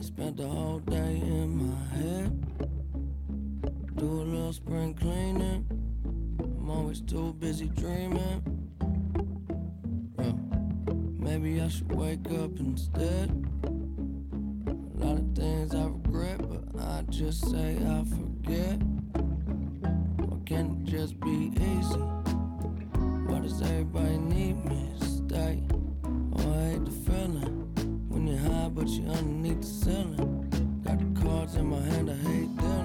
Spent the whole day in my head. Do a little spring cleaning. I'm always too busy dreaming. Yeah. Maybe I should wake up instead. A lot of things I regret, but I just say I forget. Why can't it just be easy? Why does everybody need me to stay? Oh, I hate the feeling when you're high, but you're underneath the ceiling. Got the cards in my hand, I hate dealing.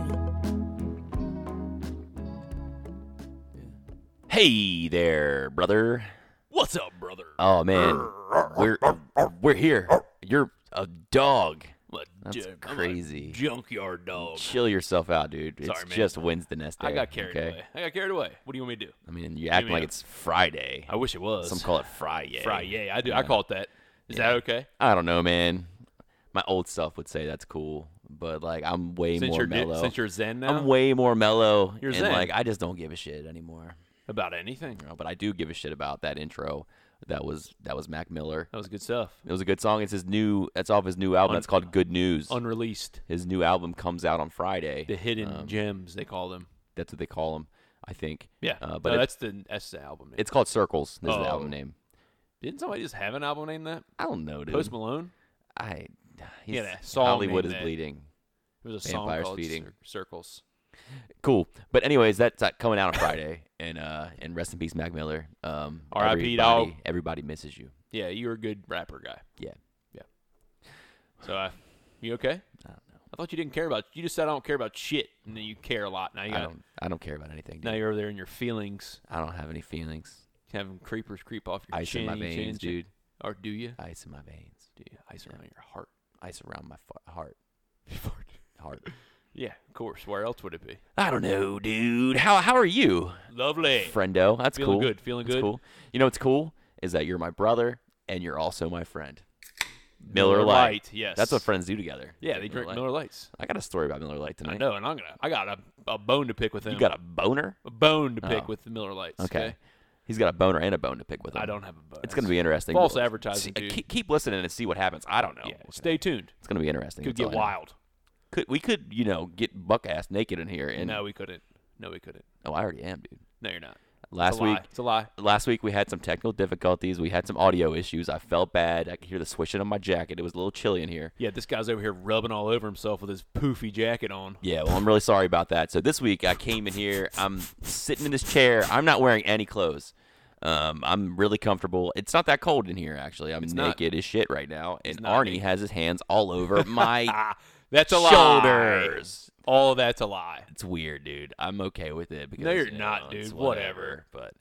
Hey there, brother. What's up, brother? Oh man, we're we're here. You're a dog. What, That's dude, I'm a crazy. junkyard dog. Chill yourself out, dude. It's Sorry, man. just Wednesday nest day. I got carried okay? away. I got carried away. What do you want me to do? I mean, you act me like a- it's Friday. I wish it was. Some call it Friday. Fry, yeah, I do. I call it that. Is that okay? I don't know, man. My old stuff would say that's cool, but like I'm way Since more you're di- mellow. since you're zen now I'm way more mellow, You're and zen. like I just don't give a shit anymore. about anything. You know, but I do give a shit about that intro. That was that was Mac Miller. That was good stuff. It was a good song. It's his new. That's off his new album. It's called Good News. Unreleased. his new album comes out on Friday. The hidden Um, gems they call them. that's what they call him, I think. Yeah, Uh, but but it- that's the that's the album name. it's called Circles. Is the Oh. album name? Didn't somebody just have an album named that? I don't know, dude. Post Malone. I. He's, had a song Hollywood is named that. bleeding. It was a Vampires song called Feeding. Cir- Circles. Cool. But anyways, that's uh, coming out on Friday, and uh, and rest in peace, Mac Miller. Um, R.I.P., dog. Everybody, everybody misses you. Yeah, you're a good rapper guy. Yeah. So, uh, you okay? I don't know. I thought you didn't care about. You just said I don't care about shit, and then you care a lot. Now you I got, don't. I don't care about anything. now dude. you're over there in your feelings, I don't have any feelings. having creepers creep off your Ice chin, in my chin, veins, chin. dude. Or do you? Ice in my veins. Do you ice around your heart? Ice around my fu- heart. Heart. yeah, of course. Where else would it be? I don't know, dude. How how are you, Lovely. friendo? That's Feeling cool. good, feeling That's good. Cool. You know what's cool is that you're my brother and you're also my friend. Miller, Miller Lite. Lite, yes. That's what friends do together. yeah, they drink Miller Lights. I got a story about Miller Lite tonight. I know, and I'm gonna. I got a, a bone to pick with them. You got a boner? a bone to pick Oh. with the Miller Lights. Okay. He's got a boner and a bone to pick with him. I don't have a bone. It's going to be interesting. false We'll- advertising, see- dude. keep, keep listening and see what happens. I don't know. Yeah, stay tuned. It's going to be interesting. Could that's all get I know. wild. Could we could you know get buck ass naked in here? And No, we couldn't. No, we couldn't. oh, I already am, dude. No, you're not. Last it's a week, lie. It's a lie. last week we had some technical difficulties. We had some audio issues. I felt bad. I could hear the swishing of my jacket. It was a little chilly in here. Yeah, this guy's over here rubbing all over himself with his poofy jacket on. Yeah, well, I'm really sorry about that. So this week I came in here. I'm sitting in this chair. I'm not wearing any clothes. Um, I'm really comfortable. It's not that cold in here, actually. I'm not. naked as shit right now, and not, Arnie dude. has his hands all over my That's a lie. shoulders. All that's a lie. It's weird, dude. I'm okay with it because you're you not, know, it's dude. Whatever. But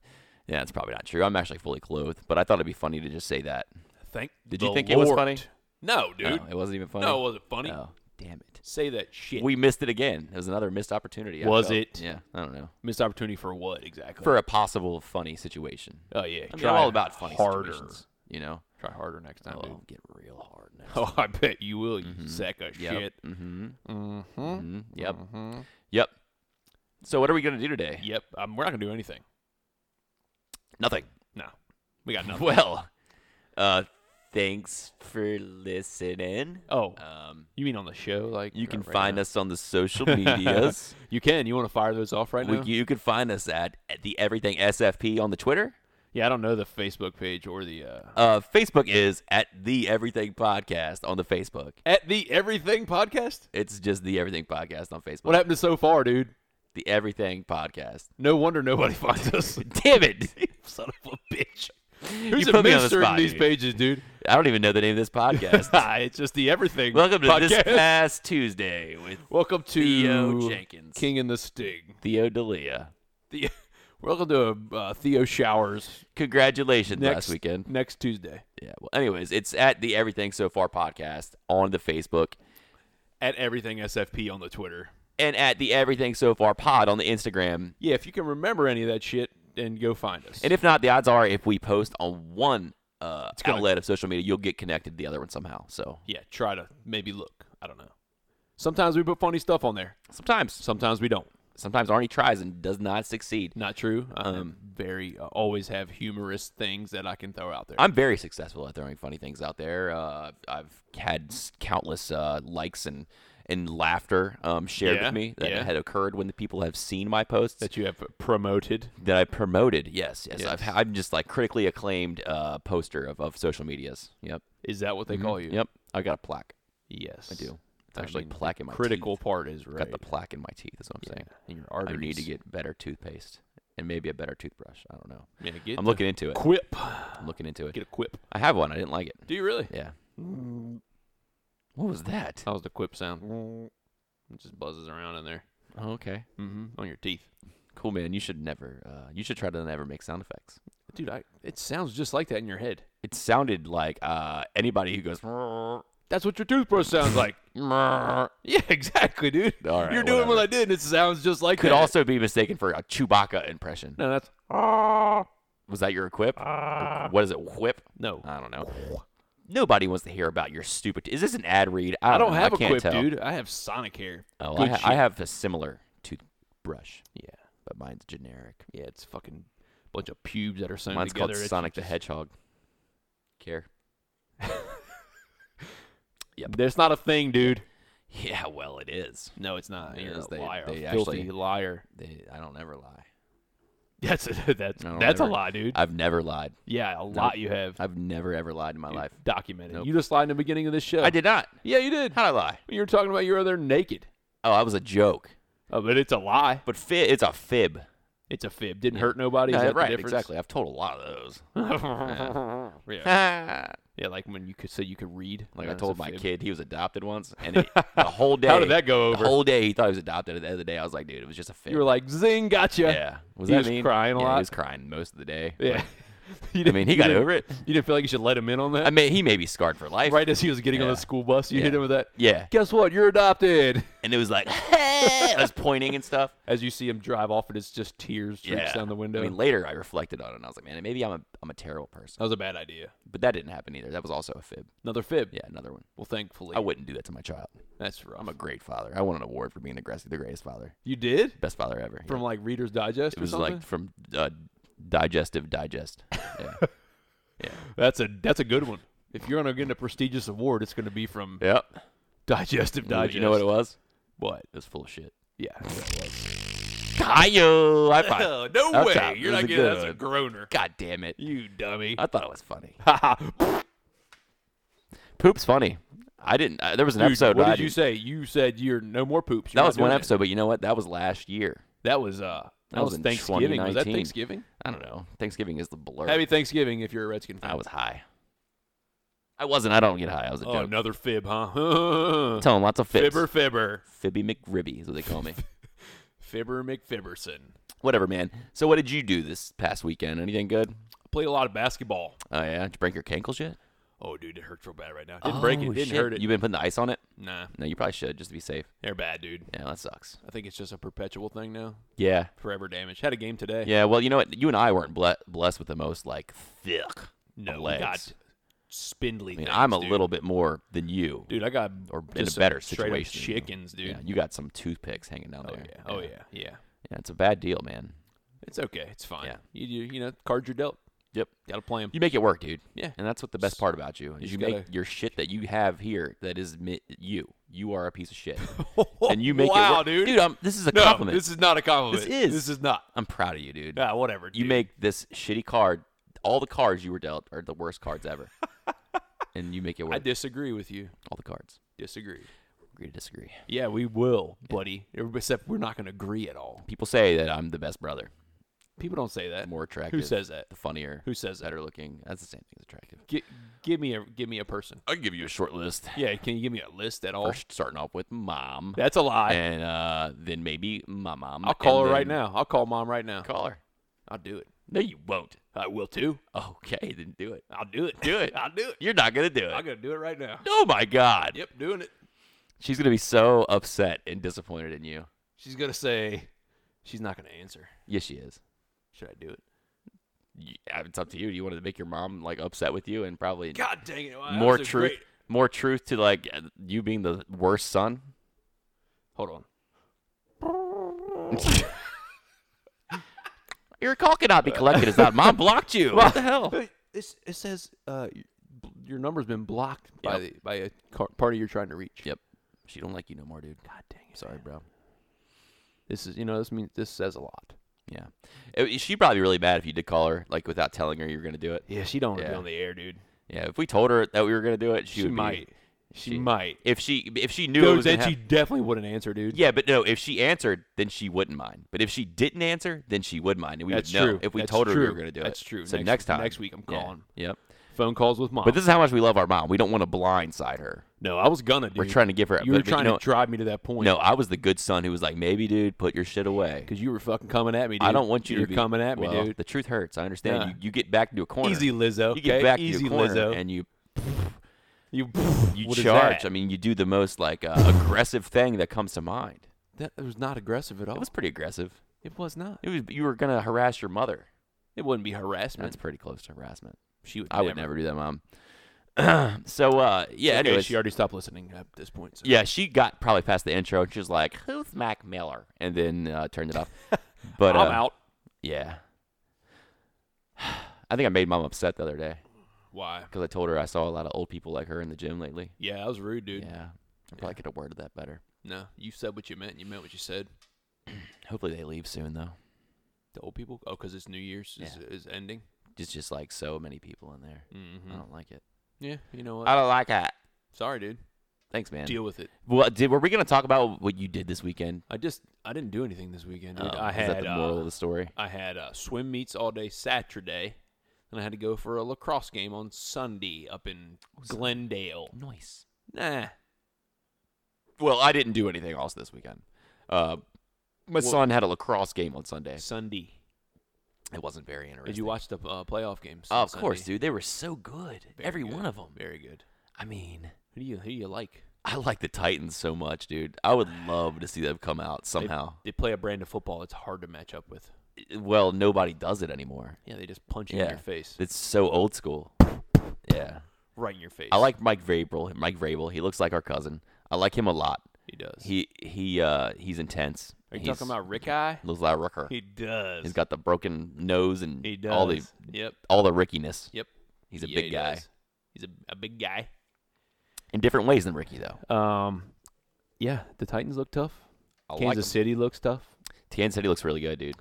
yeah, it's probably not true. I'm actually fully clothed, but I thought it'd be funny to just say that. Thank. Did you the think it was Lord. funny? No, dude. No, it wasn't even funny. No, it wasn't funny. Oh, damn it. Say that shit. We missed it again. It was another missed opportunity. I Was felt. it? Yeah, I don't know. missed opportunity for what exactly? For a possible funny situation. oh I yeah, mean, try I'm all about funny harder. situations. You know, Try harder next time, dude. I'll get real hard now. Oh, I bet you will, you sack of Mm-hmm. Yep. shit. Mm-hmm. Mm-hmm. Yep. Yep. So what are we gonna do today? Yep, um, we're not gonna do anything. Nothing. No, we got nothing. Well, uh, thanks for listening. oh, Um, you mean on the show? Like uh, you can right find now? us on the social medias. You can. You want to fire those off right we, now? you can find us at, at the Everything SFP on the Twitter. yeah, I don't know the Facebook page or the uh, Uh, Facebook is at the Everything Podcast on the Facebook. at the Everything Podcast. It's just the Everything Podcast on Facebook. What happened to so far, dude? The Everything Podcast. No wonder nobody finds us. Damn it! Son of a bitch. Who's put me on the administering spot, these dude. pages, dude? Ah, I don't even know the name of this podcast. it's just the everything. Welcome to this podcast. past Tuesday with Welcome to Theo Jenkins. King and the Sting. Theo D'Elia. The welcome to uh, Theo Showers Congratulations next last weekend. next Tuesday Yeah. Well, anyways, it's at the Everything So Far podcast on the Facebook at everything SFP on the Twitter. and at the Everything So Far pod on the Instagram. Yeah, if you can remember any of that shit, then go find us. And if not, the odds are if we post on one uh, gonna- outlet of social media, you'll get connected to the other one somehow. So yeah, try to maybe look. I don't know. Sometimes we put funny stuff on there. sometimes, Sometimes we don't. sometimes Arnie tries and does not succeed. Not true. Um, I'm very uh, always have humorous things that I can throw out there. I'm very successful at throwing funny things out there. Uh, I've had s- countless uh, likes and and laughter um, shared Yeah, with me that yeah. had occurred when the people have seen my posts that you have promoted. that I promoted. Yes, yes, I've, Yes. ha- I'm just like critically acclaimed uh, poster of, of social medias. Yep, Is that what they call you? yep. I got a plaque. Yes, I do. It's Mm-hmm. I actually mean, the plaque in my critical Teeth. part is right. Got the plaque in my teeth. Is what I'm saying. in your I arteries. need to get better toothpaste and maybe a better toothbrush. I don't know. Yeah, get I'm the looking into it. Quip. I'm looking into it. Get a quip. I have one. I didn't like it. Do you really? Yeah. Mm. What was that? How's the quip sound? It just buzzes around in there. Oh, okay. Mm-hmm. On your teeth, Cool, man. You should never. Uh, you should try to never make sound effects. dude. I, it sounds just like that in your head. It sounded like uh, anybody who goes. "Mrrr, That's what your toothbrush sounds like. mrrr," yeah, exactly, dude. All right, You're doing what whatever. I did, and it sounds just like Could that. also be mistaken for a Chewbacca impression. no, that's Was that your equip? Uh. what is it? Whip? no. I don't know. Nobody wants to hear about your stupid. Is this an ad read? I I don't, don't know. have I a can't quip, tell. dude. I have Sonic hair. Oh, I, Good ha- shit. I have a similar toothbrush, Yeah, but mine's generic. yeah. It's fucking bunch of pubes that are sewn Mine's together. called It's Sonic the just- Hedgehog. Care? That's not a thing, dude. Yeah, well, it is. No, it's not. It You're is. a They- liar. they a filthy actually- liar. They, I don't ever lie. That's a, that's I don't that's ever- a lie, dude. I've never lied. yeah, a lot you have I've never ever lied in my dude, life. documented. Nope. You just lied in the beginning of this show. I did not. Yeah, you did. How'd I lie? You were talking about you were there naked. Oh, that was a joke. Oh, but it's a lie. But fi- it's a fib. It's a fib. Didn't hurt nobody. No, Is that the right, difference? exactly. Uh-huh. I've told a lot of those. yeah. like yeah, like when you could say you could read. I That's a told my fib. kid he was adopted once, and it, the whole day. How did that go over? The whole day he thought he was adopted. At the end of the day, I was like, dude, it was just a fib. You were like, zing, gotcha. yeah. Was He that was mean? crying a yeah, lot. He was crying most of the day. Yeah. Like, You I didn't- mean, he you got didn't- over it. You didn't feel like you should let him in on that? I mean, he may be scarred for life. right as he was getting on the Yeah. school bus, you hit Yeah. him with that. Yeah. Guess what? You're adopted. And it was like, I was pointing and stuff. As you see him drive off, and it's just tears streaks Yeah. down the window. I mean, later I reflected on it and I was like, man, maybe I'm a, I'm a terrible person. that was a bad idea. But that didn't happen either. That was also a fib. Another fib. Yeah, another one. Well, thankfully, I wouldn't do that to my child. that's rough. I'm a great father. I won an award for being the greatest, the greatest father, you did best father ever. from yeah. like Reader's Digest. it or was something? like from uh, digestive digest. Yeah. That's a that's a good one. If you're gonna get a prestigious award, it's gonna be from yep. Digestive Digest. You know what it was? What? It was full of shit. Yeah. Hiyo! High five. no That's a- that's a good one. groaner. God damn it! You dummy. I thought it was funny. Dude, Poop's funny. I didn't. Uh, there was an episode. what where I did you didn't- say? You said you're no more poops. You're That not was one doing it. episode, but you know what? That was last year. That was uh that, That was was, in Thanksgiving. Was that 2019. Thanksgiving? I don't know. Thanksgiving is the blur. Happy Thanksgiving if you're a Redskin fan. I was high. I wasn't. I don't get high. I was a oh, joke. another fib, huh? Telling lots of fibs. fibber fibber. Fibby McRibby is what they call me. Fibber McFibberson. Whatever, man. So, what did you do this past weekend? Anything good? Played a lot of basketball. Oh yeah, did you break your ankles yet? Oh, dude, it hurts real bad right now. Didn't break it. Oh, Didn't shit. hurt it. You been putting the ice on it? nah, No, you probably should just to be safe. they're bad, dude. Yeah, that sucks. I think it's just a perpetual thing now. Yeah, Forever damage. Had a game today. yeah. Well, you know what? You and I weren't ble- blessed with the most like thick. no, we legs. got spindly. I mean, things, I'm a dude. little bit more than you, dude. I got or in a just some better straight up situation. than you. Chickens, dude. Yeah, you got some toothpicks hanging down oh there. yeah. Oh yeah. Yeah. Yeah, it's a bad deal, man. It's okay. It's fine. Yeah. You you you know cards you're dealt. Yep. Got to play them. You make it work, dude. Yeah. And that's what the best part about you is just you make gotta- your shit that you have here that is mi- you. You are a piece of shit, and you make it Wow, work, dude. Dude, um, this is a no, compliment. this is not a compliment. This is. This is not. I'm proud of you, dude. Nah, whatever. you dude. make this shitty card. All the cards you were dealt are the worst cards ever, and you make it work. I disagree with you. All the cards. Disagree. Agree to disagree. Yeah, we will, buddy. Except we're not going to agree at all. People say that I'm the best brother, People don't say that. more attractive. Who says that? The funnier, Who says that? better looking. That's the same thing as attractive. Gi- give me a give me a person. I can give you a short list. Yeah, can you give me a list at all? First, starting off with mom, That's a lie. and uh, then maybe my mom. I'll call and her right then- now. I'll call mom right now. Call her. I'll do it. No, you won't. Uh, I will too. Okay, then do it. I'll do it. Do it. I'll do it. You're not gonna do I'm it. gonna do it right now. Oh my god. Yep, doing it. She's gonna be so upset and disappointed in you. She's gonna say she's not gonna answer. Yes, she is. Should I do it? Y- uh, It's up to you. Do you want to make your mom like upset with you and probably God dang it! wow, that more was a truth, great- more truth to like uh, you being the worst son? Hold on. Your call cannot Uh, be collected. Is that mom blocked you? What the hell? It's, it says uh, y- b- your number's been blocked by Yep. the, by a car- party you're trying to reach. Yep. She don't like you no more, dude. God dang it. Sorry, bro. This is you know this means this says a lot. Yeah. It- she'd probably be really bad if you did call her, like without telling her you were gonna do it. Yeah, she don't wanna Yeah. the air, dude. Yeah. If we told her that we were gonna do it, she, She, would be- might. She, she- might. If she if she knew it Dude, was gonna then she hap- definitely wouldn't answer, dude. yeah, but no. If she answered, then she wouldn't mind. But if she didn't answer, then she would mind, and we That's would know true. if we That's told her we were true. gonna do That's it. true. So Next- next time, next week I'm Yeah. calling. Yep. Phone calls with mom. But this is how much we love our mom. We don't want to blindside her. no, I was gonna. Dude. We're trying to give her. You but, were but trying you know, to drive me to that point. No, I was the good son who was like, maybe, dude, put your shit away. because you were fucking coming at me. dude. I don't want you You're to be coming at me, Well, dude. The truth hurts. I understand. Yeah. You, you get back to a corner. Easy, Lizzo. You get okay? back Easy, to a corner Lizzo. and you you you what is charge. that? I mean, you do the most like uh, aggressive thing that comes to mind. that was not aggressive at all. It was pretty aggressive. It was not. It was you were gonna harass your mother. It wouldn't be harassment. That's pretty close to harassment. she would. I would never do that, mom. so uh, yeah. Okay, anyways, she already stopped listening at this point. So. yeah, she got probably past the intro and she was like, "Who's Mac Miller?" and then uh, turned it off. But I'm uh, out. Yeah. I think I made mom upset the other day Why? because I told her I saw a lot of old people like her in the gym lately. Yeah, that was rude, dude. Yeah. I probably could have worded that better. No, you said what you meant. and You meant what you said. Hopefully they leave soon though. The old people. Oh, because it's New Year's is, is ending. It's just like so many people in there. Mm-hmm. I don't like it. Yeah, you know what? Oh. I don't like it. Sorry, dude. Thanks, man. Deal with it. Well, did were we gonna talk about what you did this weekend? I just I didn't do anything this weekend. Dude. Oh, I is had that the moral uh, of the story? I had uh, swim meets all day Saturday, and I had to go for a lacrosse game on Sunday up in Glendale. Nice. Nah, Well, I didn't do anything else this weekend. Uh, my Well- son had a lacrosse game on Sunday. Sunday. It wasn't very interesting. Did you watch the uh, playoff games? Oh, on of course, Sunday? dude. They were so good. Very Every good. one of them. Very good. I mean, Who do you who do you like? I like the Titans so much, dude. I would love to see them come out They- somehow. they, play a brand of football that's hard to match up with. Well, nobody does it anymore. Yeah, they just punch you Yeah. in your face, It's so old school. Yeah. right in your face. I like Mike Vrabel. Mike Vrabel. He looks like our cousin. I like him a lot. he does. He he uh he's intense. Are you He's- talking about Rick Eye? looks like Ricker. He does. He's got the broken nose and he does. all the yep. all the rickiness. Yep. He's a Yeah, big he guy. does. He's a, a big guy. In different ways than Ricky though. Um, yeah, the Titans look tough. I like Kansas him. City looks tough. Tian said he looks really good, dude.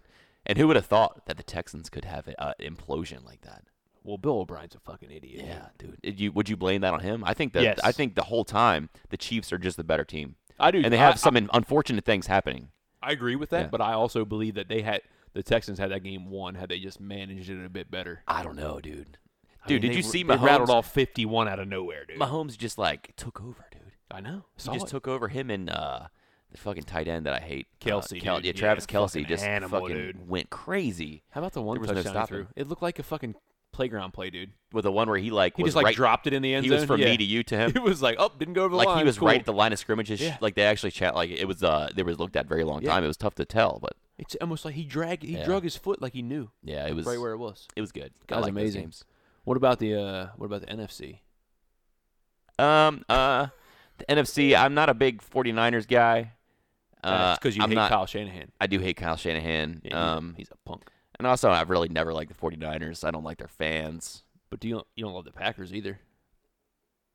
And who would have thought that the Texans could have an uh, implosion like that? Well, Bill O'Brien's a fucking idiot. Yeah, dude. Did you would you blame that on him? I think that Yes. I think the whole time the Chiefs are just the better team, I do. and they I- have some in- unfortunate things happening. I, I agree with that, Yeah. but I also believe that they had the Texans had that game won had they just managed it a bit better. I don't know, dude. I Dude, did mean, they you r- see they rattled Mahomes? off fifty-one out of nowhere, dude? Mahomes just like took over, dude. I know. He just took over him and uh, the fucking tight end that I hate, uh, Kelsey, Kel- dude. yeah, Yeah, Travis Kelsey fucking just animal, fucking dude. went crazy How about the one There was no touchdown he stopping. threw? It looked like a fucking playground play, dude. with the one where he like He was just like right. dropped it in the end he zone. was from yeah. me to you to him. He was like, oh, didn't go over the like line. he was cool. right at the line of scrimmage. His sh- Yeah. Like they actually chat. Like it was. Uh, there was looked at very long Yeah. time. It was tough to tell, but It's almost like he dragged, he Yeah. drug his foot like he knew yeah, it was. right where it was. It was good. I That was like those amazing. games. What about the uh, what about the NFC? Um. Uh. The NFC. I'm not a big 49ers guy. Uh, because you I'm hate not, Kyle Shanahan. I do hate Kyle Shanahan. Yeah, he's a- um. he's a punk. And also, I've really never liked the 49ers. I don't like their fans. But do you you don't love the Packers either?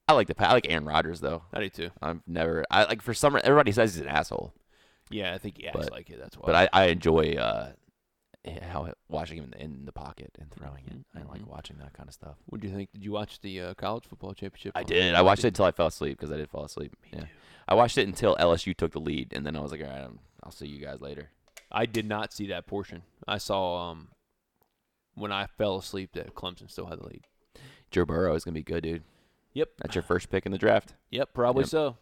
I like the. Pa- I like Aaron Rodgers though. I do too. I've never. I like for some. Everybody says he's an asshole, Yeah, I think he acts But- like it. That's why. but I, I enjoy uh how watching him in the, in the pocket and throwing it. Mhm, I like mhm. watching that kind of stuff. what do you think? Did you watch the uh, college football championship? I on- did. I watched it until I fell asleep because I did fall asleep. yeah. I watched it until LSU took the lead, and then I was like, all right, I'm, I'll see you guys later. I did not see that portion. I saw um when I fell asleep that Clemson still had the lead. Joe Burrow is gonna be good, dude. Yep. That's your first pick in the draft. Yep. Probably Yep. so.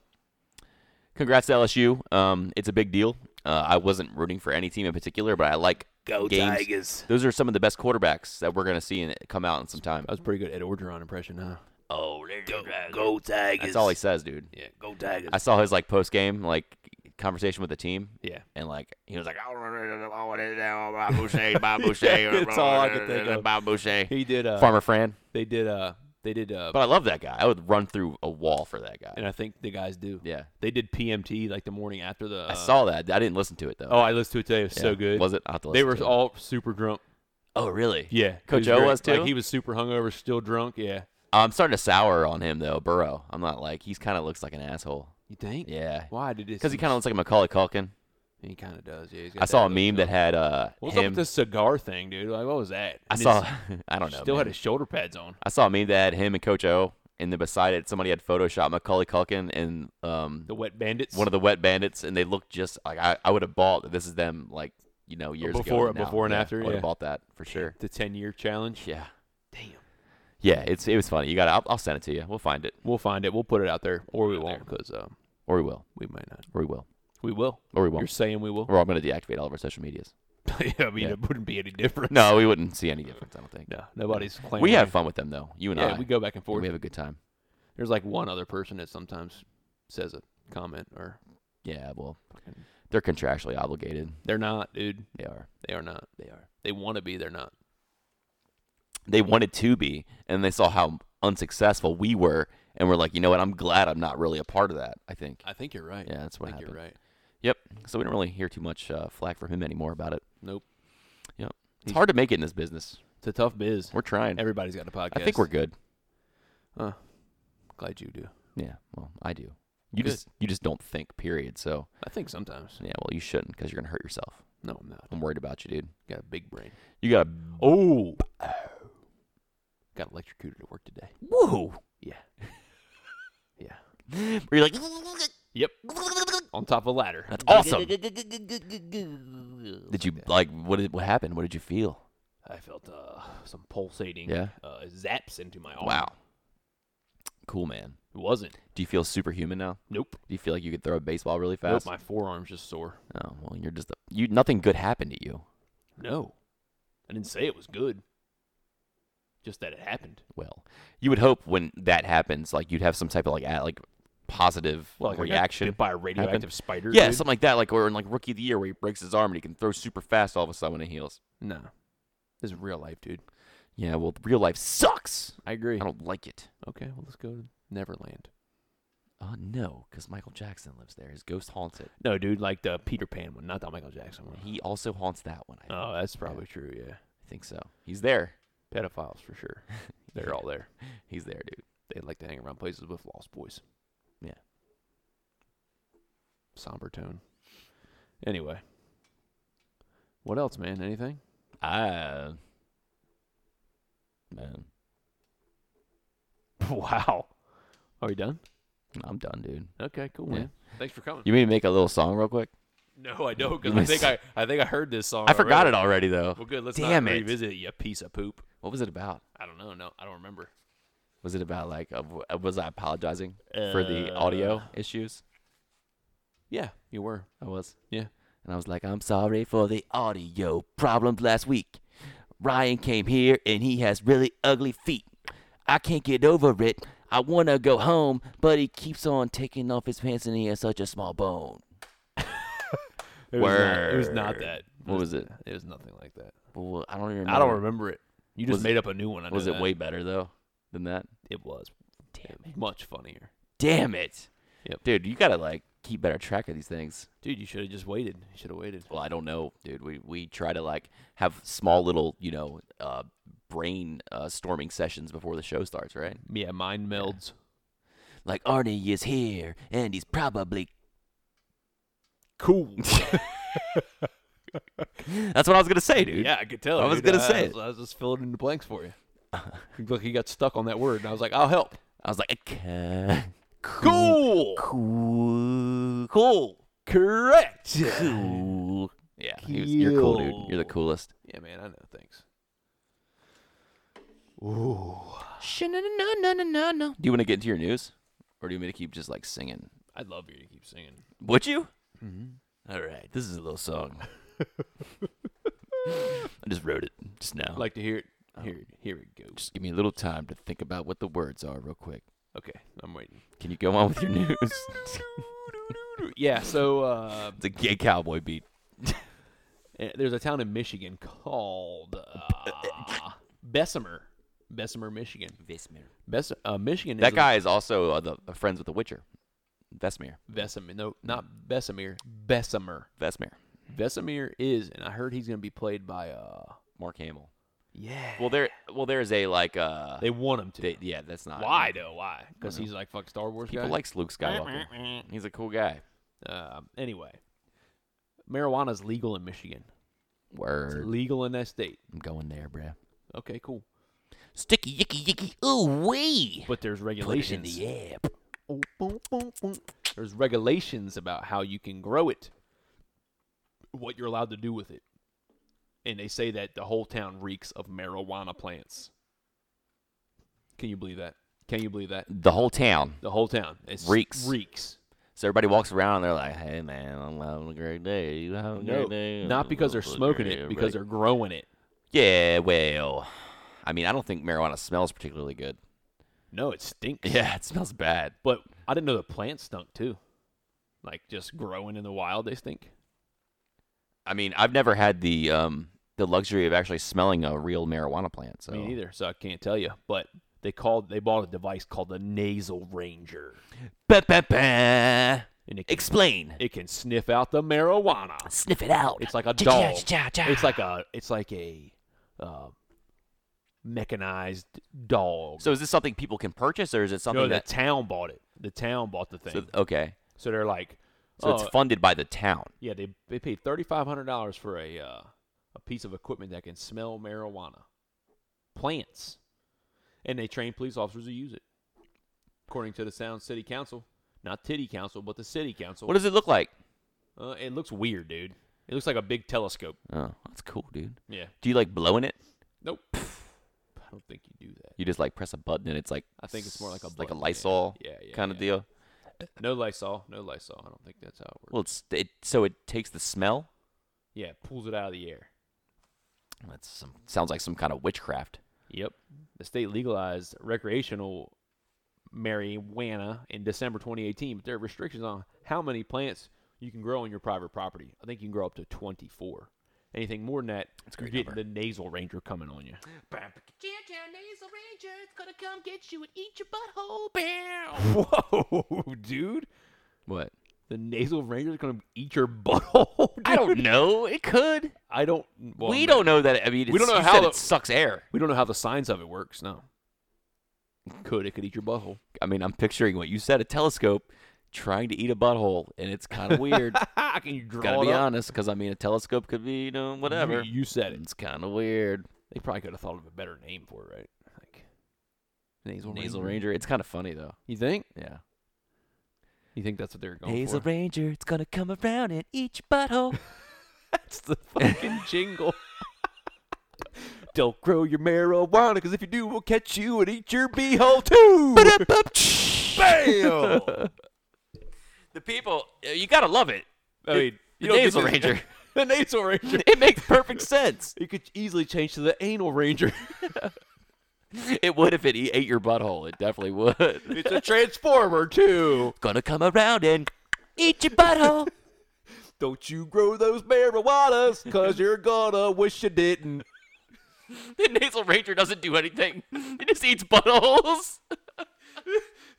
Congrats to LSU. Um, it's a big deal. Uh, I wasn't rooting for any team in particular, but I like Go games. Tigers. Those are some of the best quarterbacks that we're gonna see in, come out in some time. That was a pretty good Ed Orgeron impression, huh? Oh, Go, go Tigers. that's all he says, dude. yeah, go Tigers. I saw his like post game like conversation with the team, Yeah. and like he was like, oh, Bob Boucher, Bob Boucher. That's all I could think of. Bob Boucher. He did. Uh, Farmer Fran. They did. Uh, They did, uh, But I love that guy. I would run through a wall for that guy. and I think the guys do. Yeah. They did PMT like the morning after the. I uh, saw that. I didn't listen to it though. Oh, I listened to it today. It was Yeah. so good. Was it? I'll have to They listen were to it. all super drunk. Oh, really? Yeah, it Coach O great. was, too? Like he was super hungover, still drunk. Yeah, I'm starting to sour on him though, Burrow. I'm not like he's kind of looks like an asshole. you think? Yeah. Why did it? Because he kind of looks like a Macaulay Culkin. He kind of does. Yeah. he's got I saw a look meme to that him. had uh What's up him. with this cigar thing, dude? Like, what was that? I And saw. it's- I don't know. Still had man. his shoulder pads on. I saw a meme that had him and Coach O, and then beside it, somebody had Photoshop Macaulay Culkin and um The Wet Bandits. one of the Wet Bandits, and they looked just like I, I would have bought that. This is them, like you know, years Before- ago. to now. before and Yeah, after, I would have yeah. bought that for sure. the ten year challenge. Yeah, Damn. yeah. It's it was funny. You got. to I'll, I'll send it to you. We'll find it, We'll find it. We'll put it out there, or we won't, because um, or we will, we might not. or we will, We will. or we won't. You're saying we will. Or I'm going to deactivate all of our social medias. yeah, I mean, Yeah. it wouldn't be any different. No, we wouldn't see any difference. I don't think. no, nobody's claiming. we have fun with them though. You and Yeah, I. we go back and and forth. we have a good time. There's like one other person that sometimes says a comment, or Yeah. Well, Fucking- they're contractually obligated. they're not, dude. They are. They are not. They are. They want to be. They're not. They wanted to be, and they saw how unsuccessful we were, and we're like, you know what? I'm glad I'm not really a part of that. I think. I think you're right. Yeah, that's I what think happened. you're right. Yep. So we don't really hear too much uh, flack from him anymore about it. Nope. Yep. It's He's- hard to make it in this business. It's a tough biz. We're trying. Everybody's got a podcast. I think we're good. glad you do. Yeah. Well, I do. You Good. just you just don't think. Period. So I think sometimes. yeah. Well, you shouldn't because you're gonna hurt yourself. No, I'm not. I'm worried about you, dude. Got a big brain. You got a Oh. Got electrocuted at work today. whoa. Yeah. yeah. Where you're like, Yep. On top of a ladder. that's awesome. Did you like what? Did, what happened? What did you feel? I felt uh, some pulsating Yeah. uh, zaps into my arm. Wow. Cool, man. It wasn't. Do you feel superhuman now? Nope. Do you feel like you could throw a baseball really Nope. fast? My forearm's just sore. oh well, you're just a, you. Nothing good happened to you. No. I didn't say it was good. Just that it happened. Well, you would hope when that happens, like you'd have some type of like a- like positive Well, like I got reaction. bit by a radioactive happened. spider. Yeah, dude. something like that. Like or in like rookie of the year where he breaks his arm and he can throw super fast all of a sudden when it heals. No. This is real life, dude. Yeah, well, real life sucks. I agree. I don't like it. Okay, well, let's go to Neverland. Uh, no, because Michael Jackson lives there. His ghost haunts it. No, dude, like the Peter Pan one, not the Michael Jackson one. He also haunts that one. I oh, that's probably true, yeah. think so. He's there. Pedophiles for sure. They're all there. He's there, dude. They like to hang around places with lost boys. Yeah. Somber tone. Anyway. What else, man? Anything? Ah, man, Wow. Are we done? I'm done, dude. Okay, cool, Yeah. man. Thanks for coming. You mean make a little song real quick? no, I don't, because You I think I, missed- I think I heard this song. I forgot already. it already though. Well, good. Let's Damn not it. revisit it, you piece of poop. What was it about? I don't know. No, I don't remember. Was it about like uh, w- uh, was I apologizing for the audio issues? Uh, Yeah, you were. I was. Yeah. And I was like, I'm sorry for the audio problems last week. Ryan came here and he has really ugly feet. I can't get over it. I want to go home, but he keeps on taking off his pants and he has such a small bone. It was, not, it was not Word. that. What was it? It was nothing like that. Well, I don't even remember. I don't remember it. You just Was it- made up a new one. I know Was it that. way better though than that? It was. Damn it. Much funnier. Damn it. Yep. Dude, you got to like keep better track of these things. Dude, you should have just waited. You should have waited. Well, I don't know, dude. We we try to like have small little, you know, uh brain uh, storming sessions before the show starts, right? Yeah, mind melds. Like Arnie is here and he's probably Cool. That's what I was going to say, dude. yeah, I could tell. I was dude. gonna say I it. was, I was just filling in the blanks for you. Look, he got stuck on that word, and I was like, "I'll help." I was like, okay. Cool. Cool. Cool. Correct. Cool. Yeah, he was, you're cool, dude. You're the Cool. coolest. Yeah, man. I know. Thanks. Sha-na-na-na-na-na-na. Do you want to get into your news? Or do you want me to keep just like singing? I'd love you to keep singing. Would you? Mm-hmm. All right, this is a little song. I just wrote it just now. I'd like to hear it. Here, it- here it goes. just give me a little time to think about what the words are, real quick. Okay, I'm waiting. Can you go on with your news? Yeah. So uh, eh, it's a gay cowboy beat. Uh, There's a town in Michigan called uh, Bessemer. Bessemer, Michigan. Vesmir. Bes- uh, Michigan. That is guy is also uh, the uh, friends with the Witcher. Vesmir. A, Bessemer. No, not Bessemer. Bessemer. Vesmir. Vesemir is, and I heard he's going to be played by. uh Mark Hamill. Yeah. Well, there. Well, there's a like. Uh, they want him to. they- yeah, that's not Why though? Why? Because he's like fuck Star Wars People guy. likes Luke Skywalker. He's a cool guy. Um, anyway, marijuana's legal in Michigan. It's Word. legal in that state. I'm going there, bruh. Okay, cool. Sticky yicky yicky. Ooh wee. But there's Put it in regulations. the app. Boom, boom, boom, boom. There's regulations about how you can grow it, what you're allowed to do with it, and they say that the whole town reeks of marijuana plants. Can you believe that? Can you believe that? The whole town. The whole town it's Reeks. Reeks. So everybody walks around and they're like, "Hey man, I'm having a great day. You having a No, great day?" not because they're smoking it, because they're growing it. Yeah, well, I mean, I don't think marijuana smells particularly good. No, it stinks. Yeah, it smells bad. But I didn't know the plants stunk too. Like just growing in the wild, they stink. I mean, I've never had the um the luxury of actually smelling a real marijuana plant. So Me neither, so I can't tell you. But they called, they bought a device called the Nasal Ranger, Ba, ba, ba. and it can, Explain. it can sniff out the marijuana. Sniff it out. It's like a Cha-cha, dog. cha-cha. It's like a, it's like a uh, mechanized dog. So is this something people can purchase, or is it something no, the that? town bought it. The town bought the thing. So, So, okay, they're like, so it's "Oh, funded by the town. Yeah, they they paid thirty five hundred dollars for a uh, a piece of equipment that can smell marijuana plants, and they train police officers to use it, according to the Sound City Council. Not Titty Council, but the City Council. What does it look like? uh, it looks weird, dude. It looks like a big telescope. Oh, that's cool, dude. Yeah. Do you like blowing it? Nope. I don't think you do that. You just like press a button and it's like I think it's more like a like a button, yeah. Lysol Yeah, yeah, kind of yeah. deal. No Lysol. No Lysol. I don't think that's how it works. Well, it's it so it takes the smell. Yeah, it pulls it out of the air. That's some sounds like some kind of witchcraft. Yep. The state legalized recreational marijuana in December 2018, but there are restrictions on how many plants you can grow on your private property. I think you can grow up to 24. Anything more than that, That's a you're great getting number. the nasal ranger coming on you. Whoa, dude. What? The nasal ranger's going to eat your butthole. I dude. don't know. It could. I don't. well, we don't know that. I mean, We don't it's- know you how said the- it sucks air. We don't know how the science of it works. No. Could it could eat your butthole? I mean, I'm picturing what you said—a telescope trying to eat a butthole, and it's kind of weird. can you draw Gotta it be up? honest, because I mean, a telescope could be, you know, whatever. You, you said it. It's kind of weird. They probably could have thought of a better name for it, right? Like nasal Nasal Ranger. It's kind of funny though. You think? Yeah. You think that's what they're going Nasal for? Ranger. It's gonna come around and eat your butthole. That's the fucking jingle. Don't grow your marijuana, because if you do, we'll catch you and eat your beehole too. Bam! the people, uh, you gotta love it. I mean, The you don't get nasal this- ranger. the nasal ranger. It makes perfect sense. You could easily change to the anal ranger. It would if it e- ate your butthole. It definitely would. it's a transformer too. gonna come around and eat your butthole. Don't you grow those marijuanas, cause you're gonna wish you didn't. the nasal ranger doesn't do anything. It just eats buttholes.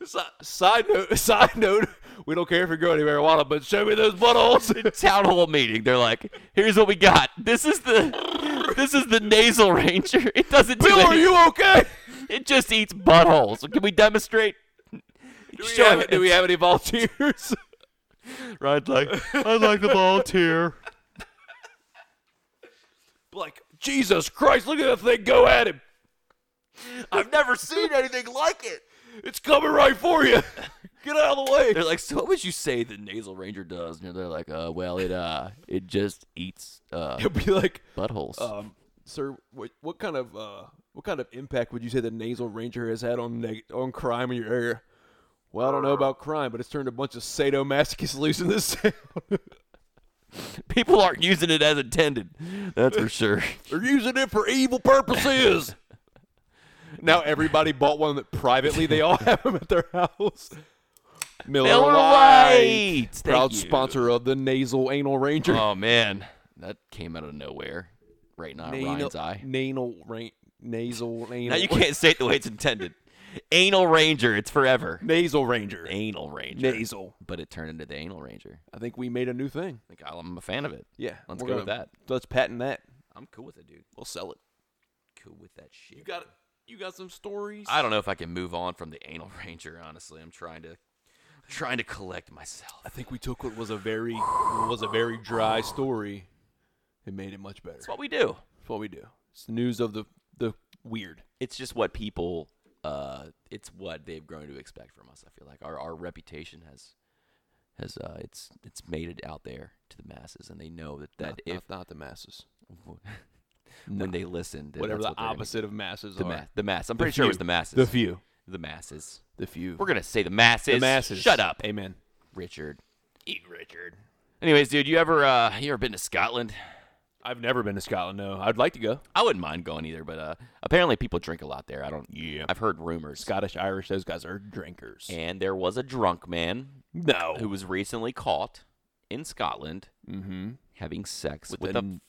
Si- Side note, side note, we don't care if you're growing any marijuana, but show me those buttholes. Town hall meeting. They're like, here's what we got. This is the this is the nasal ranger. It doesn't do Bill, are anything. you okay? It just eats buttholes. Can we demonstrate? Do we, Show have, it. do we have any volunteers? Right, like I'd like to volunteer. like, Jesus Christ, look at that thing go at him. I've never seen anything like it. It's coming right for you. Get out of the way. They're like, so what would you say the nasal ranger does? And they're like, uh, well, it uh, it just eats uh, He'll be like, buttholes. um, sir, what, what kind of uh, what kind of impact would you say the nasal ranger has had on neg- on crime in your area? Well, I don't know about crime, but it's turned a bunch of sadomasochists loose in this town. People aren't using it as intended. That's for sure. They're using it for evil purposes. now everybody bought one that privately they all have them at their house. Miller, Miller Lite, Lite. Thank proud you. sponsor of the Nasal Anal Ranger. Oh man, that came out of nowhere. Right now, Nanal- Ryan's eye. Nanal ran- nasal. Now you can't say it the way it's intended. anal Ranger, it's forever. Nasal Ranger. Anal Ranger. Nasal. But it turned into the Anal Ranger. I think we made a new thing. Like, I'm a fan of it. Yeah, Let's we're go with gonna- that. Let's patent that. I'm cool with it, dude. We'll sell it. Cool with that shit. You got you got some stories. I don't know if I can move on from the Anal Ranger. Honestly, I'm trying to, trying to collect myself. I think we took what was a very what was a very dry story and made it much better. That's what we do. That's what we do. It's the news of the the weird. It's just what people, uh, it's what they've grown to expect from us. I feel like our our reputation has, has uh, it's it's made it out there to the masses, and they know that that not, if not, not the masses. when they listen, that Whatever that's the what they're gonna- opposite of masses the are. ma- the mass. I'm The pretty sure it was few. the masses. The few. the masses. The few. We're gonna say the masses. the masses. Shut up, Amen. Richard. Eat Richard. Anyways, dude, you ever uh, you ever been to Scotland? I've never been to Scotland. No, I'd like to go. I wouldn't mind going either, but uh, apparently people drink a lot there. I don't. Yeah. I've heard rumors. Scottish, Irish, those guys are drinkers. And there was a drunk man no. who was recently caught in Scotland mm-hmm. having sex with, With, the, a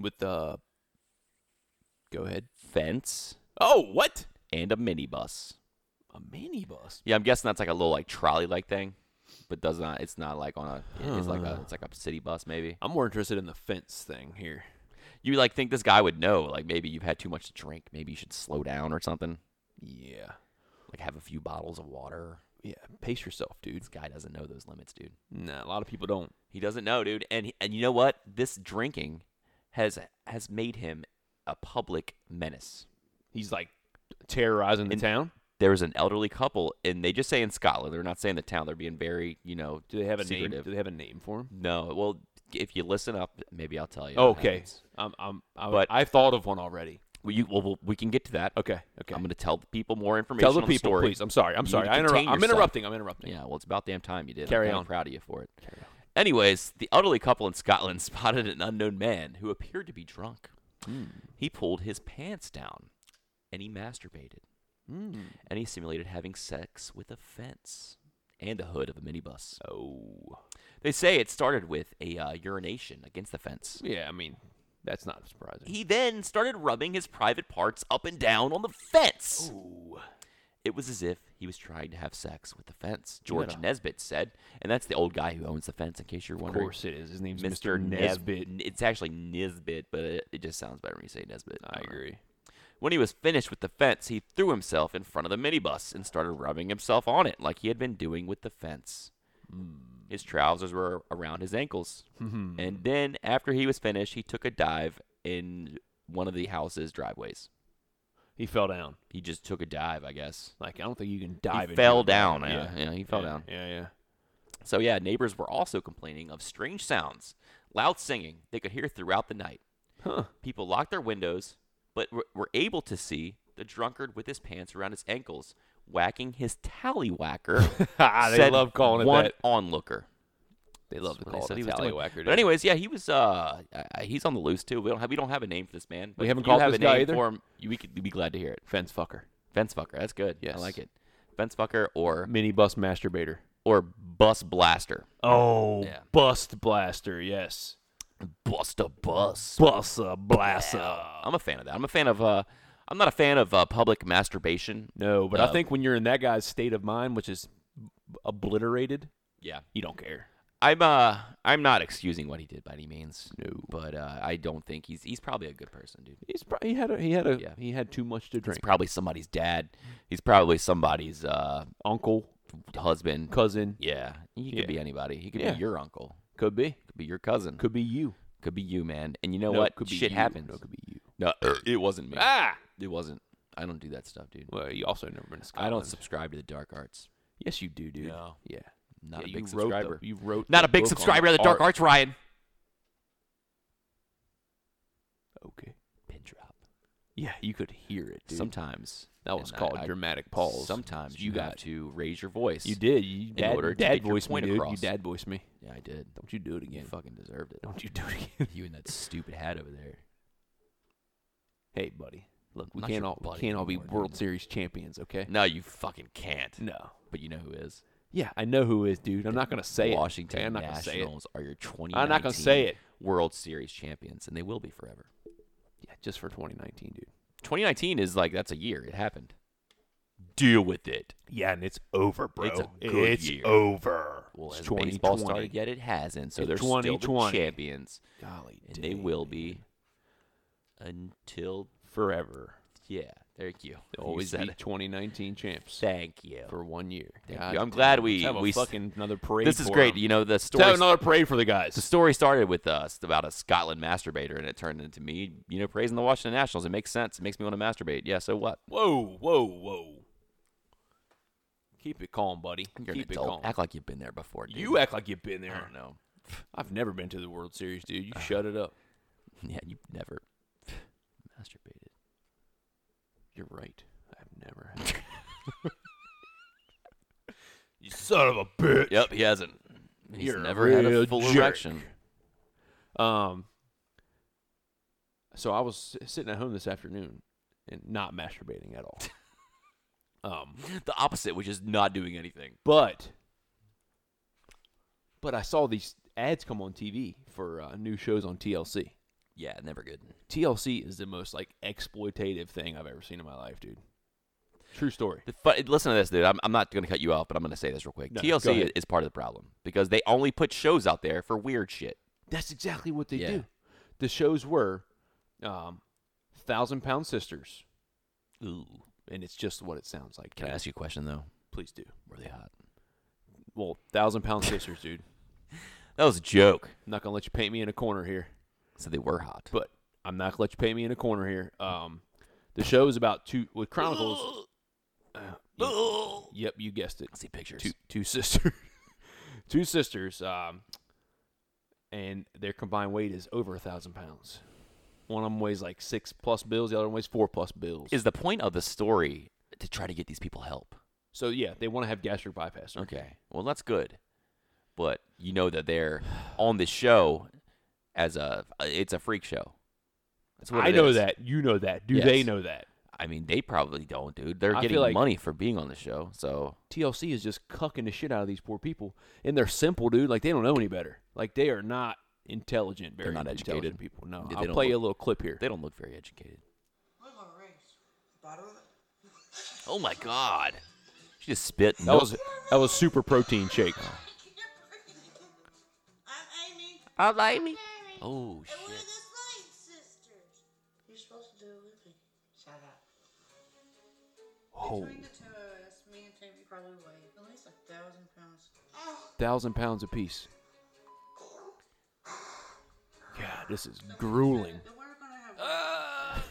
with the. Go ahead. fence Oh, what? and a minibus. A minibus. Yeah, I'm guessing that's like a little like trolley like thing, but does not. It's not like on a. It's like a. It's like a city bus maybe. I'm more interested in the fence thing here. You like think this guy would know? Like maybe you've had too much to drink. Maybe you should slow down or something. Yeah. Like have a few bottles of water. Yeah. Pace yourself, dude. This guy doesn't know those limits, dude. Nah, a lot of people don't. He doesn't know, dude. And he- and you know what? This drinking has has made him a public menace. He's like terrorizing the And- town. There was an elderly couple, and they just say in Scotland. They're not saying the town. They're being very, you know, Do they have a name? secretive. Do they have a name for him? No. Well, if you listen up, maybe I'll tell you. what Okay. happens. I'm, I'm, i But- I thought of one already. Well, you, well, we'll- we can get to that. Okay. Okay. I'm going to tell the people more information. Tell the on the people, story. please. I'm sorry. I'm You sorry. need I to contain interrupt. I'm yourself. interrupting. I'm interrupting. Yeah, well, it's about damn time you did. Carry I'm kinda on. proud of you for it. Carry on. Anyways, the elderly couple in Scotland spotted an unknown man who appeared to be drunk. Hmm. He pulled his pants down and he masturbated Hmm. and he simulated having sex with a fence and the hood of a minibus. Oh. They say it started with a uh, urination against the fence. Yeah. I mean, that's not surprising. He then started rubbing his private parts up and down on the fence. Ooh. It was as if he was trying to have sex with the fence, George Yeah. Nesbitt said. And that's the old guy who owns the fence, in case you're Of wondering. course it is. His name's Mr. Mr. Nesbitt. Nesbit. It's actually Nisbit, but it, it just sounds better when you say Nesbit. I don't know. agree. When he was finished with the fence, he threw himself in front of the minibus and started rubbing himself on it like he had been doing with the fence. His trousers were around his ankles. and then, after he was finished, he took a dive in one of the house's driveways. He fell down. He just took a dive, I guess. Like I don't think you can dive. he in fell here. down. Yeah. yeah, he fell yeah, down. Yeah, yeah. So yeah, neighbors were also complaining of strange sounds, loud singing they could hear throughout the night. Huh. People locked their windows, but were, were able to see the drunkard with his pants around his ankles, whacking his tallywhacker. Ah, they said love calling it one that. onlooker. They love to That's what call said it a he was doing. tallywhacker. dude. But anyways, yeah, he was. Uh, uh, he's on the loose too. We don't have we don't have a name for this man. But We haven't if you called have this a guy name either? for him. You, we could be glad to hear it. fence fucker, Fence fucker. That's good. I Yes. like it. Fence fucker or minibus masturbator. or bus blaster. Oh, Yeah. bust blaster. Yes, Bust a bus. Uh, bust a blaster. I'm a fan of that. I'm a fan of. Uh, I'm not a fan of uh, public masturbation. No, but Uh, I think when you're in that guy's state of mind, which is b- obliterated, Yeah, you don't care. I'm. Uh, I'm not excusing what he did by any means. No. but uh, I don't think he's. He's probably a good person, dude. He's probably, he had a, he had a Yeah. he had too much to He's drink. probably somebody's dad. He's probably somebody's uh, Uncle, husband. cousin, yeah, he could Yeah. be anybody. He could Yeah. be your uncle. could be, Could be your cousin. Could, could be you. be you, man. And you know No, what? Could be Shit you. happens. No, could be you. No, it wasn't me. Ah. It wasn't. I don't do that stuff, dude. Well, you also never been to I Scotland. don't subscribe to the dark arts. Yes, you do, dude. No. Yeah. Not Yeah, a big you wrote the- subscriber. you wrote Not the a big book on subscriber of the Dark art. Arts, Ryan. Okay. Pin drop. Yeah, you could hear it. Dude. Sometimes that was and I- called I- dramatic pause. Sometimes you you, have got- to raise your voice. You did. You dad, order to dad get your voiced me, point dude. You across. dad voiced me. Yeah, I did. Don't you do it You again? fucking deserved it. Don't you do it again? You and that stupid hat over there. hey, buddy. Look, we Not can't your all we buddy can't all be anymore, dude. World Series champions, okay? No, you fucking can't. No. But you know who is? Yeah, I know who is, dude. I'm not gonna say Washington it. Okay, I'm not gonna say it. Nationals are your 2019 I'm not gonna say it. World Series champions, and they will be forever. Yeah, just for 2019, dude. 2019 is like that's a year. It happened. Deal with it. Yeah, and it's over, bro. It's a good year. over. Well, It's has baseball 2020. started yet? It hasn't. So It's they're still the 2020. champions, Golly, and they dang, will man. be until forever. yeah. Thank you. They'll You always said be it. 2019 champs Thank you. for one year. Thank God you. I'm damn, glad let's we- have a we s- fucking another parade. This is for great. 'em. You know the Let's have story. another parade for the guys. The story started with us about a Scotland masturbator, and it turned into me, you know, praising the Washington Nationals. It makes sense. It makes me want to masturbate. Yeah. So what? Whoa, whoa, whoa. Keep it calm, buddy. You're Keep an it adult. calm. Act like you've been there before. Dude. you act like you've been I there. don't know. I've never been to the World Series, dude. You shut it up. Yeah, you've never masturbated. You're right. I've never had. you son of a bitch. Yep, he hasn't. He's You're a never had real a full jerk. erection. Um. So I was s- sitting at home this afternoon and not masturbating at all. um, The opposite, which is not doing anything. but but I saw these ads come on TV for uh, new shows on TLC. Yeah, never good. TLC is the most like exploitative thing I've ever seen in my life, dude. True story. The fu- listen to this, dude. I'm, I'm not going to cut you off, but I'm going to say this real quick. No, go TLC ahead. is part of the problem because they only put shows out there for weird shit. That's exactly what they Yeah. do. The shows were um, Thousand Pound Sisters, Ooh. and it's just what it sounds like. Can I ask you a question though? Please do. Were they hot? Well, Thousand Pound Sisters, dude. That was a joke. I'm not gonna let you paint me in a corner here, So they were hot. but I'm not gonna let you paint me in a corner here. Um, the show is about two with Chronicles. Uh, yep, yep, you guessed it. I see pictures. two two sisters, two sisters, um, and their combined weight is over a thousand pounds. One of them weighs like six plus bills. The other one weighs four plus bills. Is the point of the story to try to get these people help? so yeah, they want to have gastric bypass. surgery. Okay. Well, that's good. But you know that they're on this show as a it's a freak show. That's what I it know is. that. You know that. Do they Yes. know that? I mean, they probably don't, dude. They're I feel getting like- money for being on the show, so TLC is just cucking the shit out of these poor people, and they're simple, dude. Like they don't know any better. Like they are not intelligent. Very They're not intelligent educated. people. No, Yeah, they I'll don't play you a look- little clip here. they don't look very educated. What about a raise? Bottle of it? Oh my god, she just spit. That was that was super protein shake. Oh. I'm Amy. I like me. Mary. Oh And we're shit. the Slade sisters. You're supposed to do it with me. Shut up. Oh, Between the two of us, me and Tammy probably weigh at least a thousand pounds. Oh. thousand pounds apiece. God, this is grueling. But we're gonna have. Ah.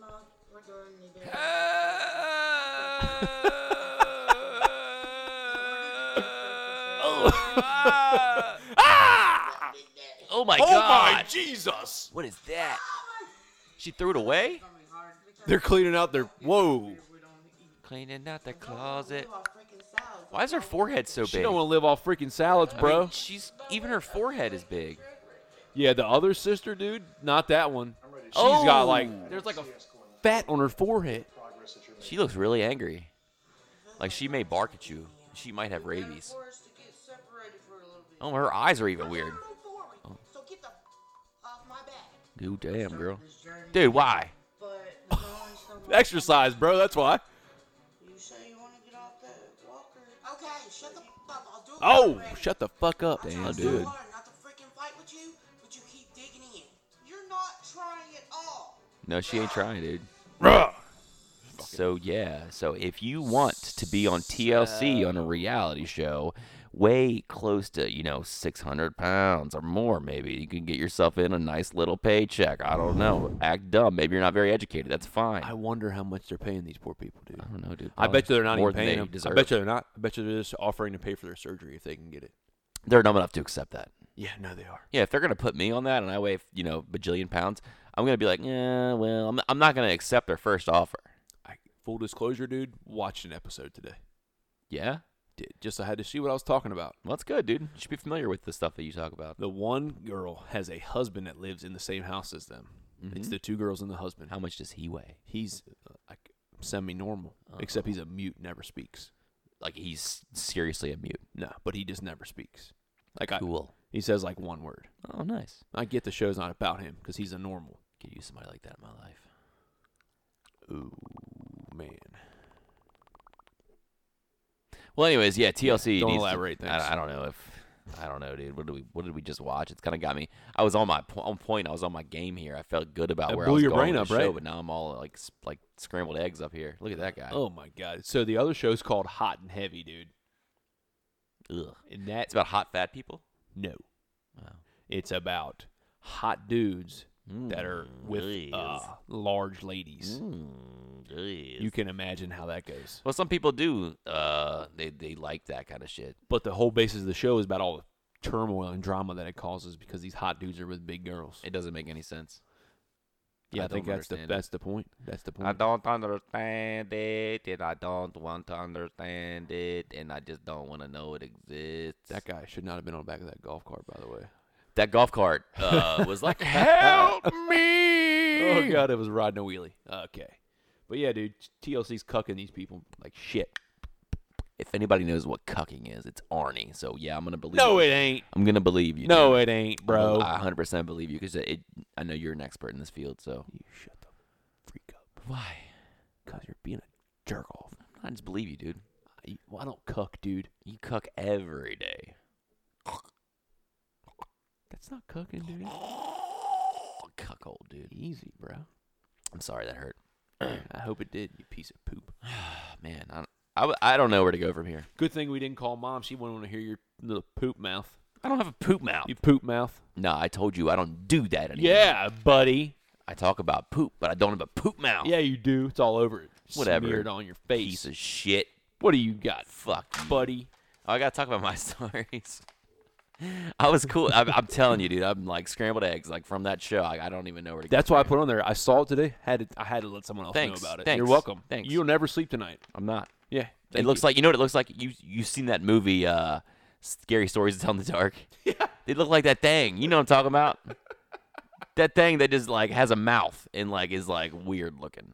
Mom, we're going to do Oh my god. Jesus! What is that? She threw it away. They're cleaning out their. Whoa! Cleaning out the closet. freaking salads. Why is her forehead so She big? don't want to live off freaking salads, I mean, bro. she's even her forehead is big. Yeah, the other sister, dude, not that one. She's Oh. got like there's like a fat on her forehead. She looks really angry. Like she may bark at you. She might have rabies. For us to get separated for a little bit. Oh, her eyes are even weird. Oh. Move forward, So get the f- off my back. Dude, damn, girl. This journey, Dude, why? but the knowing someone- Exercise, bro. That's why. You say you want to get off that walker? Okay, shut the f- up. I'll do it. Oh, when I'm ready. shut the fuck up. I Damn, tried so dude. hard not to freaking fight with you, but you keep digging in. You're not trying at all. No, she ain't trying, dude. So yeah, so if you want to be on TLC on a reality show, way close to you know 600 pounds or more, maybe you can get yourself in a nice little paycheck. I don't know. Act dumb. Maybe you're not very educated. That's fine. I wonder how much they're paying these poor people, dude. Oh, I don't know, dude. I bet you they're not More even than paying they them. I deserve. bet you they're not. I bet you they're just offering to pay for their surgery if they can get it. they're dumb enough to accept that. Yeah, no, they are. Yeah, if they're gonna put me on that and I weigh you know bajillion pounds, I'm gonna be like, yeah, well, I'm, I'm not gonna accept their first offer. I, full disclosure, dude. Watched an episode today. Yeah, Did just I had to see what I was talking about. well, that's good, dude. You should be familiar with the stuff that you talk about. The one girl has a husband that lives in the same house as them. It's the two girls and the husband. How much does he weigh? He's uh, like semi-normal, except he's a mute, never speaks. Like he's seriously a mute. No, but he just never speaks. Like I, Cool. he says like one word. Oh, nice. I get the show's not about him because he's a normal. Could use somebody like that in my life. Ooh, man. Well, anyways, yeah, TLC. Don't needs elaborate To, things. I, I don't know if I don't know, dude. What did we What did we just watch? It's kind of got me. I was on my po- on point. I was on my game here. I felt good about That where I blew was your going brain with the up, show, right? But now I'm all like s- like scrambled eggs up here. Look at that guy. Oh my god. So the other show's called Hot and Heavy, dude. Ugh. And that It's about hot fat people. no. Wow. It's about hot dudes that are with Mm, uh, yes. large ladies. Mm, You jeez. can imagine how that goes. well, some people do. Uh, they they like that kind of shit. But the whole basis of the show is about all the turmoil and drama that it causes because these hot dudes are with big girls. It doesn't make any sense. yeah, I, I think don't that's the understand it. that's the point. That's the point. I don't understand it, and I don't want to understand it, and I just don't want to know it exists. That guy should not have been on the back of that golf cart, by the way. that golf cart uh, was like, "Help Oh me!" god, it was riding a wheelie. Okay, but yeah, dude, TLC's cucking these people like shit. If anybody knows what cucking is, it's Arnie. So yeah, I'm gonna believe. No, you. it ain't. I'm gonna believe you. No, dude. it ain't, I'm bro. gonna- I 100 percent believe you because it. I know you're an expert in this field. So You shut the freak up, why? cause you're being a jerk off. I just believe you, dude. I, well, I don't cuck, dude. You cuck every day. That's not cucking, dude. Cuckold, dude. Easy, bro. I'm sorry that hurt. Oh, I hope it did. You piece of poop. Man, I, don't- I, w- I don't know where to go from here. Good thing we didn't call mom. She wouldn't want to hear your little poop mouth. I don't have a poop mouth. You poop mouth. No, I told you I don't do that anymore. Yeah, buddy. I talk about poop, but I don't have a poop mouth. Yeah, you do. It's all over. it. Whatever. Smeared on your face. Piece of shit. What do you got, Fuck. buddy? Oh, I gotta talk about my stories. I was cool. I'm, I'm telling you, dude. I'm like scrambled eggs, like from that show. I, I don't even know where to. That's why I put on there. I saw it today. Had to, I had to let someone else Thanks, know about it. thanks, You're welcome. thanks. You'll never sleep tonight. I'm not. Yeah. it looks like you know what it looks like. You you've seen that movie, uh, Scary Stories to Tell in the Dark. Yeah. They look like that thing. You know what I'm talking about? that thing that just like has a mouth and like is like weird looking.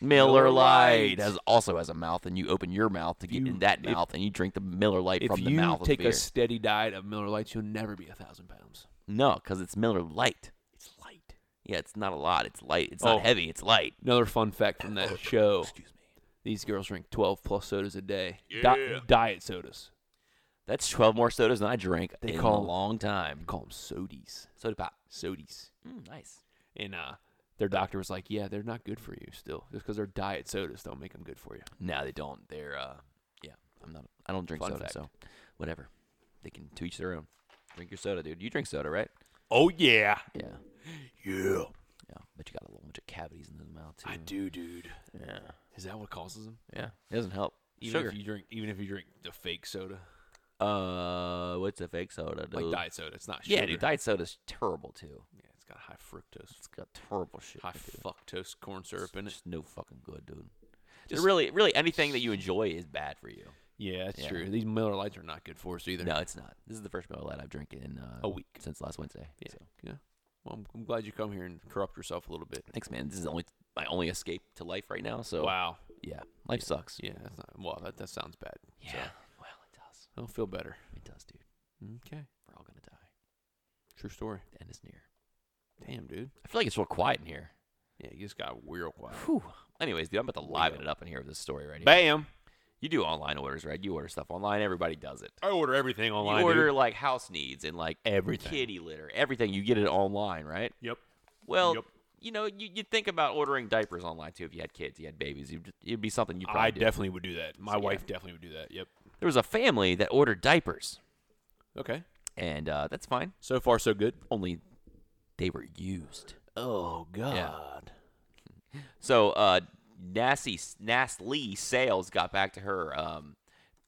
Miller Miller Lite Lite. has also has a mouth, and you open your mouth to get you- in that if- mouth, and you drink the Miller Lite if from the you mouth take of beer. a steady diet of Miller Lights, you'll never be a thousand pounds. No, because it's Miller Light. It's light. Yeah, it's not a lot. It's light. It's Oh. not heavy. It's light. Another fun fact from Oh, that show. Excuse me. These girls drink 12 plus sodas a day. Di- diet sodas. That's 12 more sodas than I drank They in call a 'em- long time. Call them sodies. Soda pop. Sodies. Mm, nice. And uh, their doctor was like, "Yeah, they're not good for you still. Just because they're diet sodas don't make them good for you." No, they don't. They're uh, yeah. I'm not. I don't drink Fun soda, fact. so whatever. They can to each their own. Drink your soda, dude. You drink soda, right? Oh yeah, Yeah. yeah. Yeah. Mm. But you got a whole bunch of cavities in the mouth too. I do, dude. Yeah. Is that what causes them? Yeah. It doesn't help. Even Sugar. if you drink, even if you drink the fake soda, uh, what's a fake soda? Dude? like diet soda, it's not Yeah, sugar. dude. Diet soda's terrible too. Yeah, it's got high fructose, It's got terrible shit. high in it, dude. fructose corn syrup in it. Just no fucking good, dude. Just, Just- really, really, anything that you enjoy is bad for you. Yeah, that's Yeah. true. These Miller Lights are not good for us either. No, it's not. This is the first Miller Lite I've drank in uh, A week. since last Wednesday. Yeah. so. yeah. Well, I'm, I'm glad you come here and corrupt yourself a little bit. Thanks, man. This is only my only escape to life right now. So Wow. yeah, life sucks. Yeah, that's not. Well, that, that sounds bad. So, Well, it does. I'll feel better. It does, dude. Okay. We're all gonna die. True story. The end is near. Damn, dude. I feel like it's real quiet in here. Yeah, you just got real quiet. Whew. Anyways, dude, I'm about to liven it up in here with this story right here. Bam. You do online orders, right? You order stuff online. Everybody does it. I order everything online. you order dude. like house needs and like Everything. kitty litter, everything. You get it online, right? Yep. Well, Yep. you know, you you think about ordering diapers online too. If you had kids, you had babies, you'd, it'd be something you probably I do. definitely would do that. My So, yeah. wife definitely would do that. Yep. there was a family that ordered diapers, Okay. and uh, that's fine. So far, so good. Only they were used. Oh God. So uh, Nasty Nastley Sales got back to her um,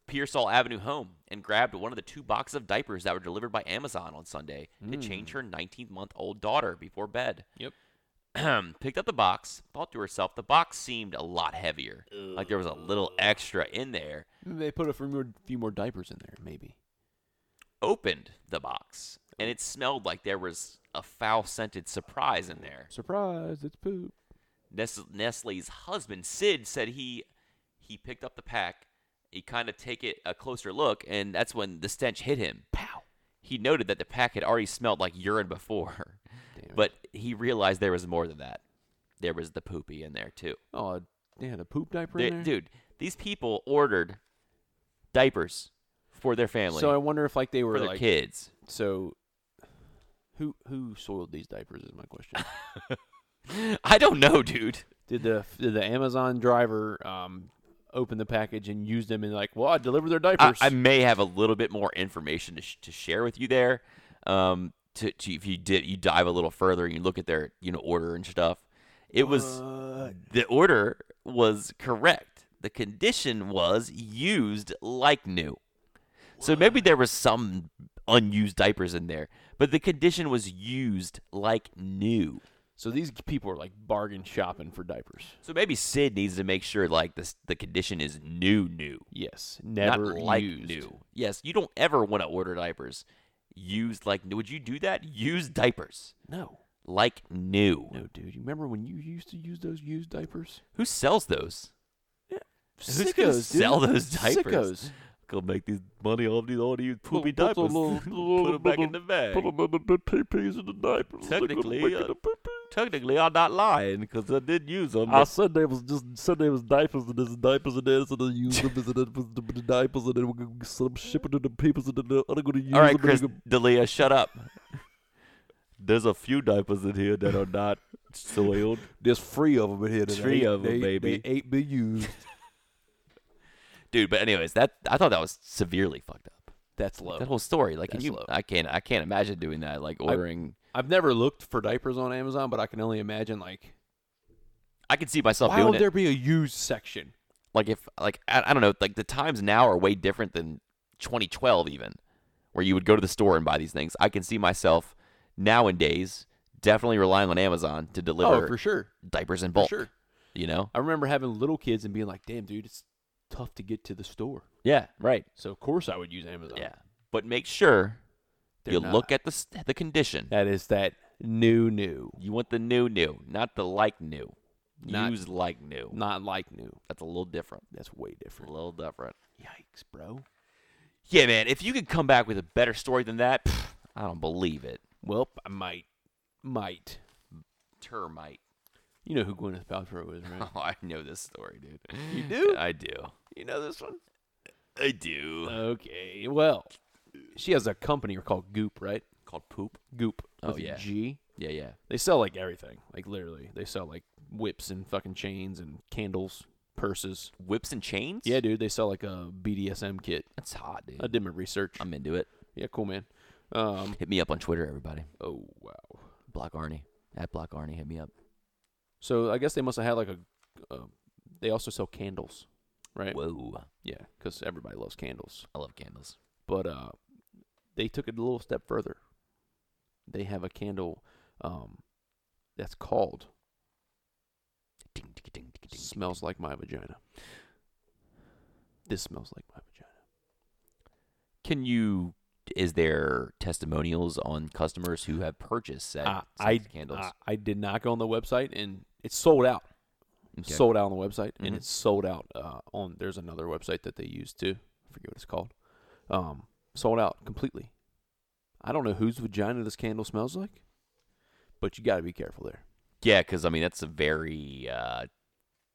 Pearsall Avenue home and grabbed one of the two boxes of diapers that were delivered by Amazon on Sunday to change her 19-month-old daughter before bed. Yep. Picked up the box, thought to herself, the box seemed a lot heavier. Like there was a little extra in there. Maybe they put a few more, few more diapers in there, maybe. Opened the box, and it smelled like there was a foul-scented surprise in there. Surprise! It's poop. Nes- Nestle's husband Sid said he he picked up the pack, he kind of take it a closer look, and that's when the stench hit him. Pow! He noted that the pack had already smelled like urine before. Damn But he realized there was more than that. There was the poopy in there too. Oh, yeah, the poop diaper They- in there? dude, these people ordered diapers for their family, So I wonder if like they were for their like kids. so. Who who soiled these diapers is my question. I don't know, dude. did the did the Amazon driver um open the package and use them and like, well, I delivered their I, diapers. I may have a little bit more information to, sh- to share with you there. Um, to, to if you did you dive a little further and you look at their you know order and stuff, it was the order was correct. The condition was used like new. So maybe there was some unused diapers in there, but the condition was used like new. so these people are like bargain shopping for diapers. So maybe Sid needs to make sure like this the condition is new new. Yes, never not like used. new. Yes, you don't ever want to order diapers used like new. Would you do that? Use diapers No, like new. no, dude. You remember when you used to use those used diapers? Who sells those? Who's Sickos, gonna dude. sell those diapers? Sickos. Go make these money off these all these poopy Put the diapers. little- Put them back in the bag. Put 'em in the- the peepees in the diapers. They're gonna Technically, make it uh, a peepee. Technically, I'm not lying because I did use them. I said they was just said they was diapers and there's diapers and this and then use them and then it was the the diapers and then we're gonna some ship it to the people and then the other gonna use all right, them and Chris then D'Elia, shut up. There's a few diapers in here that are not soiled. There's three of them in here. That Three ain't- of they, 'em, baby. They ain't been used. Dude, but anyways, that I thought that was severely fucked up. That's low. That whole story, like, can That's you, low. I can't, I can't imagine doing that. Like ordering, I've never looked for diapers on Amazon, but I can only imagine like I, can see myself why doing would it. there be a used section? like if like I, I don't know like the times now are way different than 2012 even where you would go to the store and buy these things i can see myself nowadays definitely relying on amazon to deliver Oh, for sure, diapers in for bulk sure. you know I remember having little kids and being like, "Damn, dude, it's tough to get to the store." yeah right So of course I would use Amazon. yeah but make sure They're you not- look at the s- the condition That is that new, new, you want the new new not the like new Not- use like new not like new. that's a little different That's way a different. little different Yikes, bro. yeah man if you could come back with a better story than that pff, i don't believe it Well, I might, might. termite You know who Gwyneth Paltrow is, right? oh i know this story dude you do. I do. You know this one. I do. Okay. Well, she has a company called Goop, right? Called poop. Goop. Oh, with a yeah. G. Yeah, yeah. They sell like everything. Like literally, they sell like whips and fucking chains and candles, purses. Whips and chains. Yeah, dude, they sell like a BDSM kit. that's hot, dude. I did my research. I'm into it. yeah, cool, man. Um, Hit me up on Twitter, everybody. oh wow. Block Arnie at Block Arnie. Hit me up. So I guess they must have had like a. Uh, they also sell candles, right? Whoa, Yeah, because everybody loves candles. I love candles. But uh, they took it a little step further. They have a candle um, that's called Ding, ding, ding, ding, ding. "Smells Like My Vagina." This smells like my vagina. Can you? Is there testimonials on customers who have purchased said Uh, sex I candles? I, I did not go on the website, and it's sold out. Okay. Sold out on the website, and Mhm. it's sold out uh, on. There's another website that they use too. I forget what it's called. Um, sold out completely. I don't know whose vagina this candle smells like, but you got to be careful there. yeah, because I mean that's a very uh,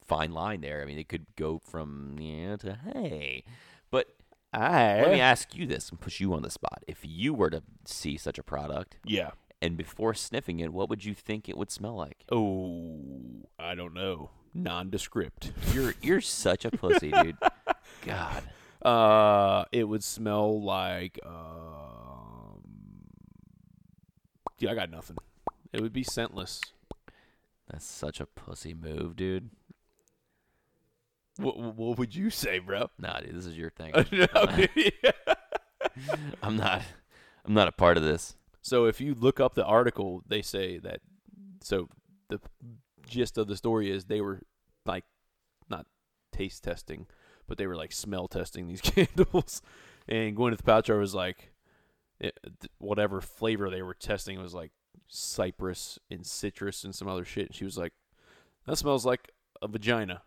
fine line there. I mean it could go from yeah to hey, but I let me ask you this and put you on the spot. If you were to see such a product, yeah. and before sniffing it, what would you think it would smell like? Oh, I don't know. Nondescript. You're you're such a pussy, dude. God. Uh, it would smell like um. Yeah, I got nothing. It would be scentless. That's such a pussy move, dude. What, what would you say, bro? Nah, dude, this is your thing. Yeah. I'm not I'm not a part of this. so if you look up the article, they say that. So the gist of the story is they were like not taste testing, but they were like smell testing these candles, and Gwyneth Paltrow was like, it, th- whatever flavor they were testing was like cypress and citrus and some other shit. And she was like, that smells like a vagina.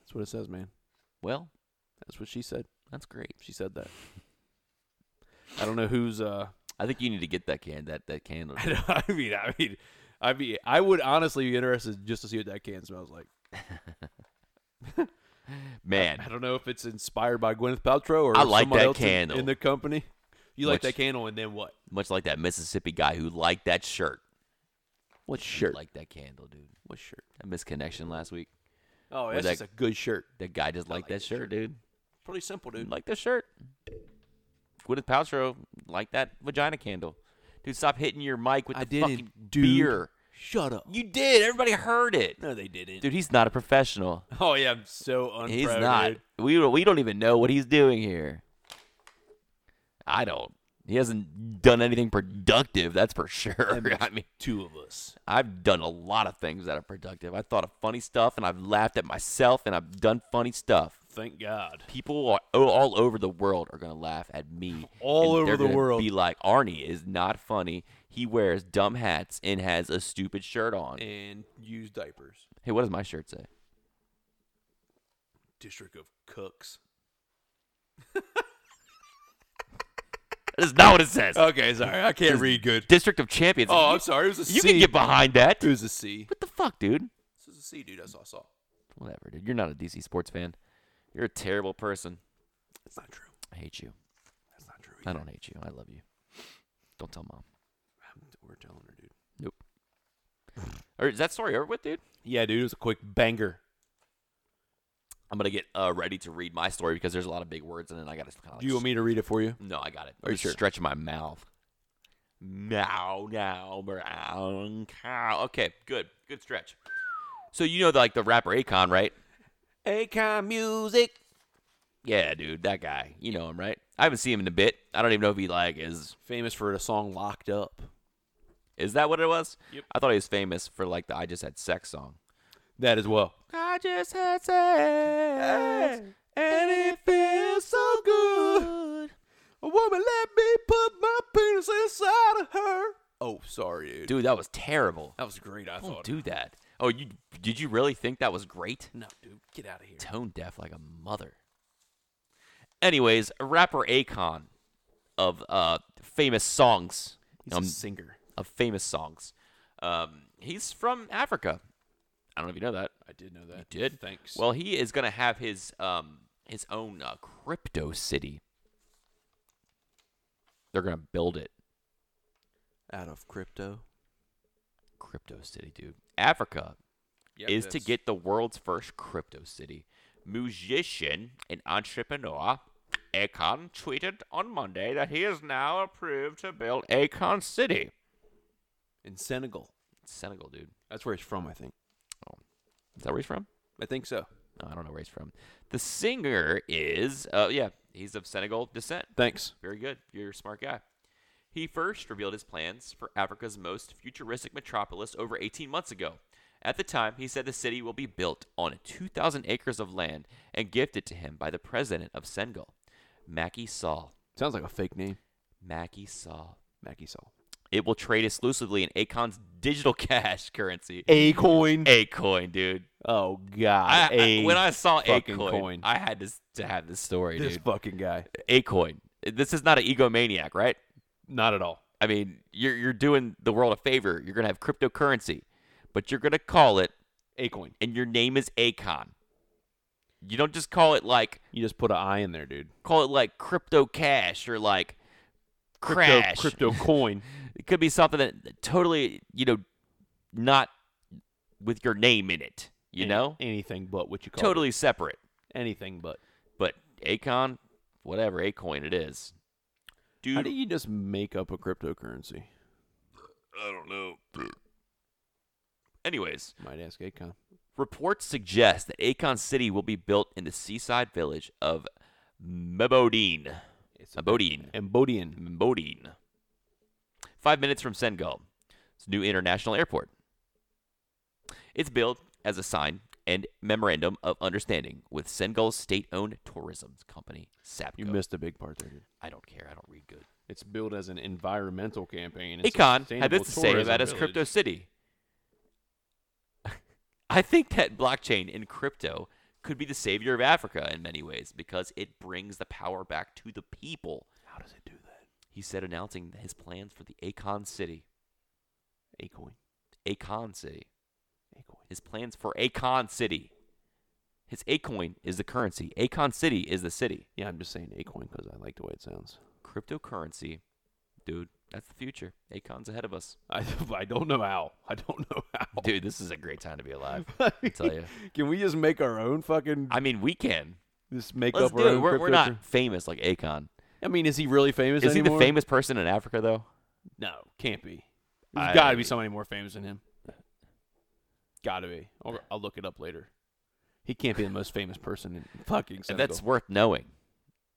That's what it says, man. Well, That's what she said. that's great. She said that. I don't know who's uh I think you need to get that can that that candle. I, know, I mean, I mean, I mean, I would honestly be interested just to see what that can smells like. Man, I don't know if it's inspired by Gwyneth Paltrow or I like someone that else in- candle. In, the company. You like Which- that candle, and then what? much like that Mississippi guy who liked that shirt. What shirt? Like that candle, dude. what shirt? That misconnection last week. Oh, that's that- just a good shirt. That guy just liked that shirt, dude. Pretty simple, dude. Like that shirt. Gwyneth Paltrow liked that vagina candle. Dude, stop hitting your mic with I the didn't, fucking dude. beer. Shut up. You did. Everybody heard it. No, they didn't. Dude, he's not a professional. Oh yeah, I'm so unpro. He's not. dude. We don't- we don't even know what he's doing here. I don't. He hasn't done anything productive. That's for sure. I mean, Two of us. I've done a lot of things that are productive. I thought of funny stuff, and I've laughed at myself, and I've done funny stuff. Thank God. People are, o- all over the world are gonna laugh at me. All and over they're the gonna world. Be like, Arnie is not funny. He wears dumb hats and has a stupid shirt on. And use diapers. Hey, what does my shirt say? District of Cooks. That's not what it says. Okay, sorry, I can't read good. District of Champions. Uh, Oh, You- I'm sorry. It was a You C. can get behind that. It was a C. What the fuck, dude? This is a C, dude. I saw. saw. Whatever, dude. You're not a DC sports fan. You're a terrible person. That's not true. I hate you. That's not true. I either. don't hate you. I love you. Don't tell mom. I'm- We're telling her, dude. Nope. Or is that story over with, dude? Yeah, dude. It was a quick banger. I'm gonna get uh, ready to read my story because there's a lot of big words in it. and I gotta kind of. Do you want me to read it for you? No, I got it. Are you Just sure? Stretch my mouth. Now, now, brown cow. Okay, good, good stretch. So you know, like the rapper Akon, right? Akon music. Yeah, dude, that guy. You know him, right? I haven't seen him in a bit. I don't even know if he like is. Famous for the song "Locked Up." Is that what it was? Yep. I thought he was famous for like the "I Just Had Sex" song. That as well. I just had sex, and it feels so good. A woman let me put my penis inside of her. Oh, sorry, dude. Dude, that was terrible. That was great. I Don't thought. do that. Oh, you did you really think that was great? No, dude, get out of here. Tone deaf like a mother. Anyways, rapper Akon of uh famous songs. He's um, a singer. of famous songs. Um, he's from Africa. I don't know if you know that. I did know that. You did? Thanks. Well, he is gonna have his um his own uh, crypto city. They're gonna build it. out of crypto Crypto city, dude. Africa yep, is to get the world's first crypto city. Musician and entrepreneur Akon tweeted on Monday that he is now approved to build Akon City. in Senegal. Senegal, dude. That's where he's from, I think. Is that where he's from? I think so. No, I don't know where he's from. The singer is, uh, yeah, he's of Senegal descent. Thanks. Very good. You're a smart guy. He first revealed his plans for Africa's most futuristic metropolis over 18 months ago. At the time, he said the city will be built on 2,000 acres of land and gifted to him by the president of Senegal, Macky Sall. Sounds like a fake name. Macky Sall. Mackie Saul. It will trade exclusively in Akon's digital cash currency. A coin. A coin, dude. Oh God. I, I, when I saw A fucking coin, coin. I had to, s- to have this story, this dude. fucking guy. A coin. This is not an egomaniac, right? Not at all. I mean, you're you're doing the world a favor. You're gonna have cryptocurrency, but you're gonna call it, A coin. and your name is Akon. You don't just call it like You just put an I in there, dude. call it like crypto cash or like Crypto- crash. Crypto, coin. It could be something that totally you know, not with your name in it. You An- know, anything but what you call totally separate. it. anything but. But Akon, whatever Acoin it is, dude. How do you just make up a cryptocurrency? anyways, Might ask Akon. Reports suggest that Akon City will be built in the seaside village of Mbodine. It's Mbodine. Ambodian. Mbodine. Five minutes from Senegal. It's new international airport. It's built as a sign and memorandum of understanding with Senegal's state-owned tourism company, Sapco. You missed a big part there, dude. I don't care. I don't read good. It's billed as an environmental campaign. and Akon had sustainable this to say tourism about his village. crypto city. I think that blockchain and crypto could be the savior of Africa in many ways because it brings the power back to the people. How does it do that? he said announcing his plans for the Akon City. Acoin. Akon City. Acoin. His plans for Akon City. His Acoin is the currency. Akon City is the city. Yeah, I'm just saying Acoin because I like the way it sounds. Cryptocurrency, dude, that's the future. Akon's ahead of us. I, I don't know how. I don't know how. Dude, this is a great time to be alive. I tell you. Can we just make our own fucking? I mean, we can. just make Let's up do our it. own. We're, we're crypto- not famous like Akon. I mean, is he really famous? Is he the anymore? famous person in Africa though? No, can't be. There's I- got to be somebody more famous than him. Got to be. I'll, I'll look it up later. He can't be the most famous person in fucking. And that's Senegal. worth knowing.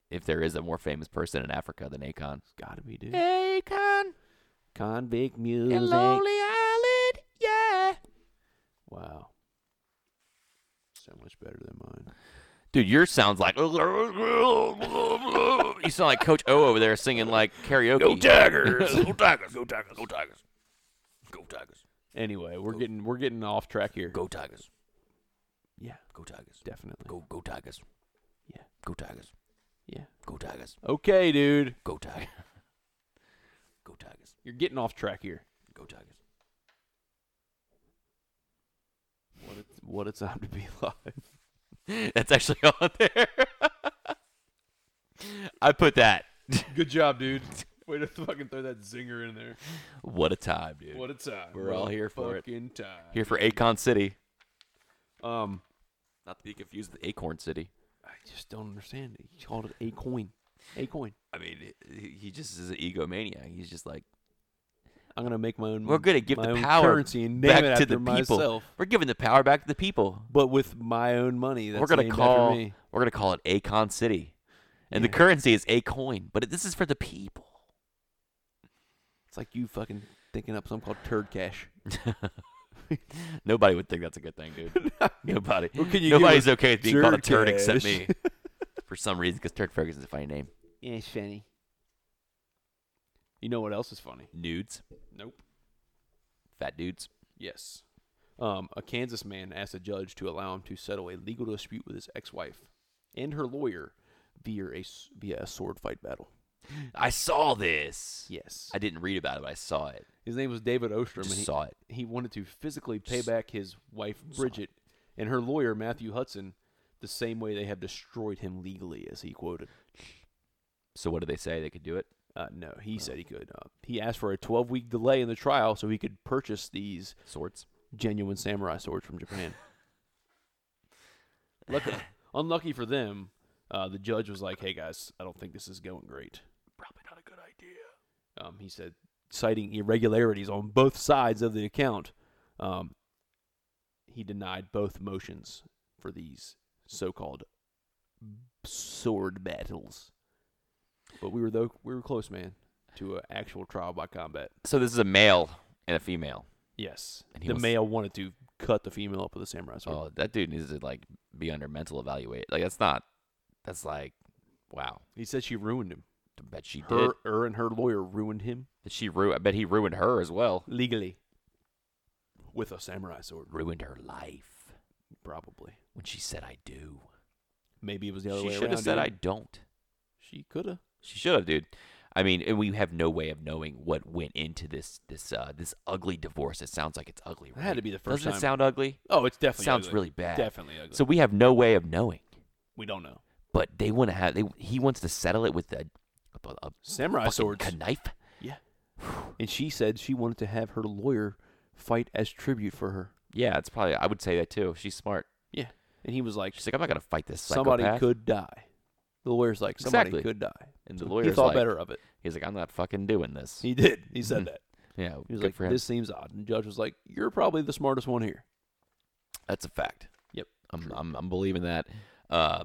If there is a more famous person in Africa than Akon. got to be, dude. Akon Convict music. Island, yeah. Wow. So much better than mine. Dude, yours sounds like you sound like Coach O over there singing like karaoke. Go Tigers! Go Tigers! Go Tigers! Go Tigers! Go Tigers! Anyway, we're getting we're getting off track here. Go Tigers! Yeah, Go Tigers! definitely. Go go Tigers! Yeah. Oh. Go Tigers! Yeah. Go Tigers! Okay, dude. Go Tigers! Go Tigers! You're getting off track here. Go Tigers! What a, what a time to be alive. That's actually on there. I put that. Good job, dude. Way to fucking throw that zinger in there. What a time, dude. What a time. We're all here for it. Fucking time. Here for Akon City. Um, Not to be confused with Acorn City. I just don't understand it. He called it a coin. A coin. I mean, he he just is an egomaniac. He's just like, I'm gonna make my own. we're going to give my the own power currency and name back it to after the people. myself, We're giving the power back to the people. but with my own money. That's we're gonna named after call me. we're gonna call it Acon City, and the Yeah. currency is a coin, but this is for the people. It's like you fucking thinking up something called turd cash. Nobody would think that's a good thing, dude. Nobody. Well, can you give Nobody's us okay with being called a turd turd except cash? me, for some reason, because Turd Ferguson's a funny name. Yeah, it's funny. You know what else is funny? Nudes, Nope. fat dudes. Yes. Um, a Kansas man asked a judge to allow him to settle a legal dispute with his ex-wife and her lawyer via a s- via a sword fight battle. I saw this. Yes. I didn't read about it, but I saw it. His name was David Ostrom. Just and he, saw it. he wanted to physically pay Just back his wife Bridget and her lawyer Matthew Hudson the same way they have destroyed him legally, as he quoted. So what did they say? They could do it. Uh, no, he said he could. Uh, he asked for a 12 week delay in the trial so he could purchase these Swords. genuine samurai swords from Japan. Lucky, unlucky for them, uh, the judge was like, "Hey guys, I don't think this is going great." Probably not a good idea. Um, he said, citing irregularities on both sides of the account. Um, he denied both motions for these so-called sword battles. But we were though we were close, man, to an actual trial by combat. So this is a male and a female. Yes, And he the was- male wanted to cut the female up with a samurai sword. Oh, that dude needs to like be under mental evaluate. Like that's not. That's like, wow. He said she ruined him. I bet she did. Her, her and her lawyer ruined him Did she ru- I bet he ruined her as well. legally with a samurai sword, Ruined her life probably. when she said "I do." Maybe it was the other she way should around. have said dude. "I don't." She could have. She should have, dude. I mean, and we have no way of knowing what went into this this uh, this ugly divorce. It sounds like it's ugly. That Right? had to be the first Doesn't time. it sound ugly? Oh, it's definitely sounds ugly. really bad. Definitely ugly. So we have no way of knowing. we don't know. But they want to have. They he wants to settle it with a, a, a Samurai fucking swords. knife. yeah. And she said she wanted to have her lawyer fight as tribute for her. Yeah, it's probably. I would say that too. She's smart. Yeah. And he was like, She's like, I'm not gonna fight this psychopath. somebody could die. The lawyer's like, somebody Exactly. could die. And the So he lawyer's thought like- "Mm-hmm." better of it. He's like, I'm not fucking doing this. He did. He said that. yeah, He was good like, for him. this seems odd. And the judge was like, you're probably the smartest one here. That's a fact. Yep. I'm, I'm, I'm believing that. Uh,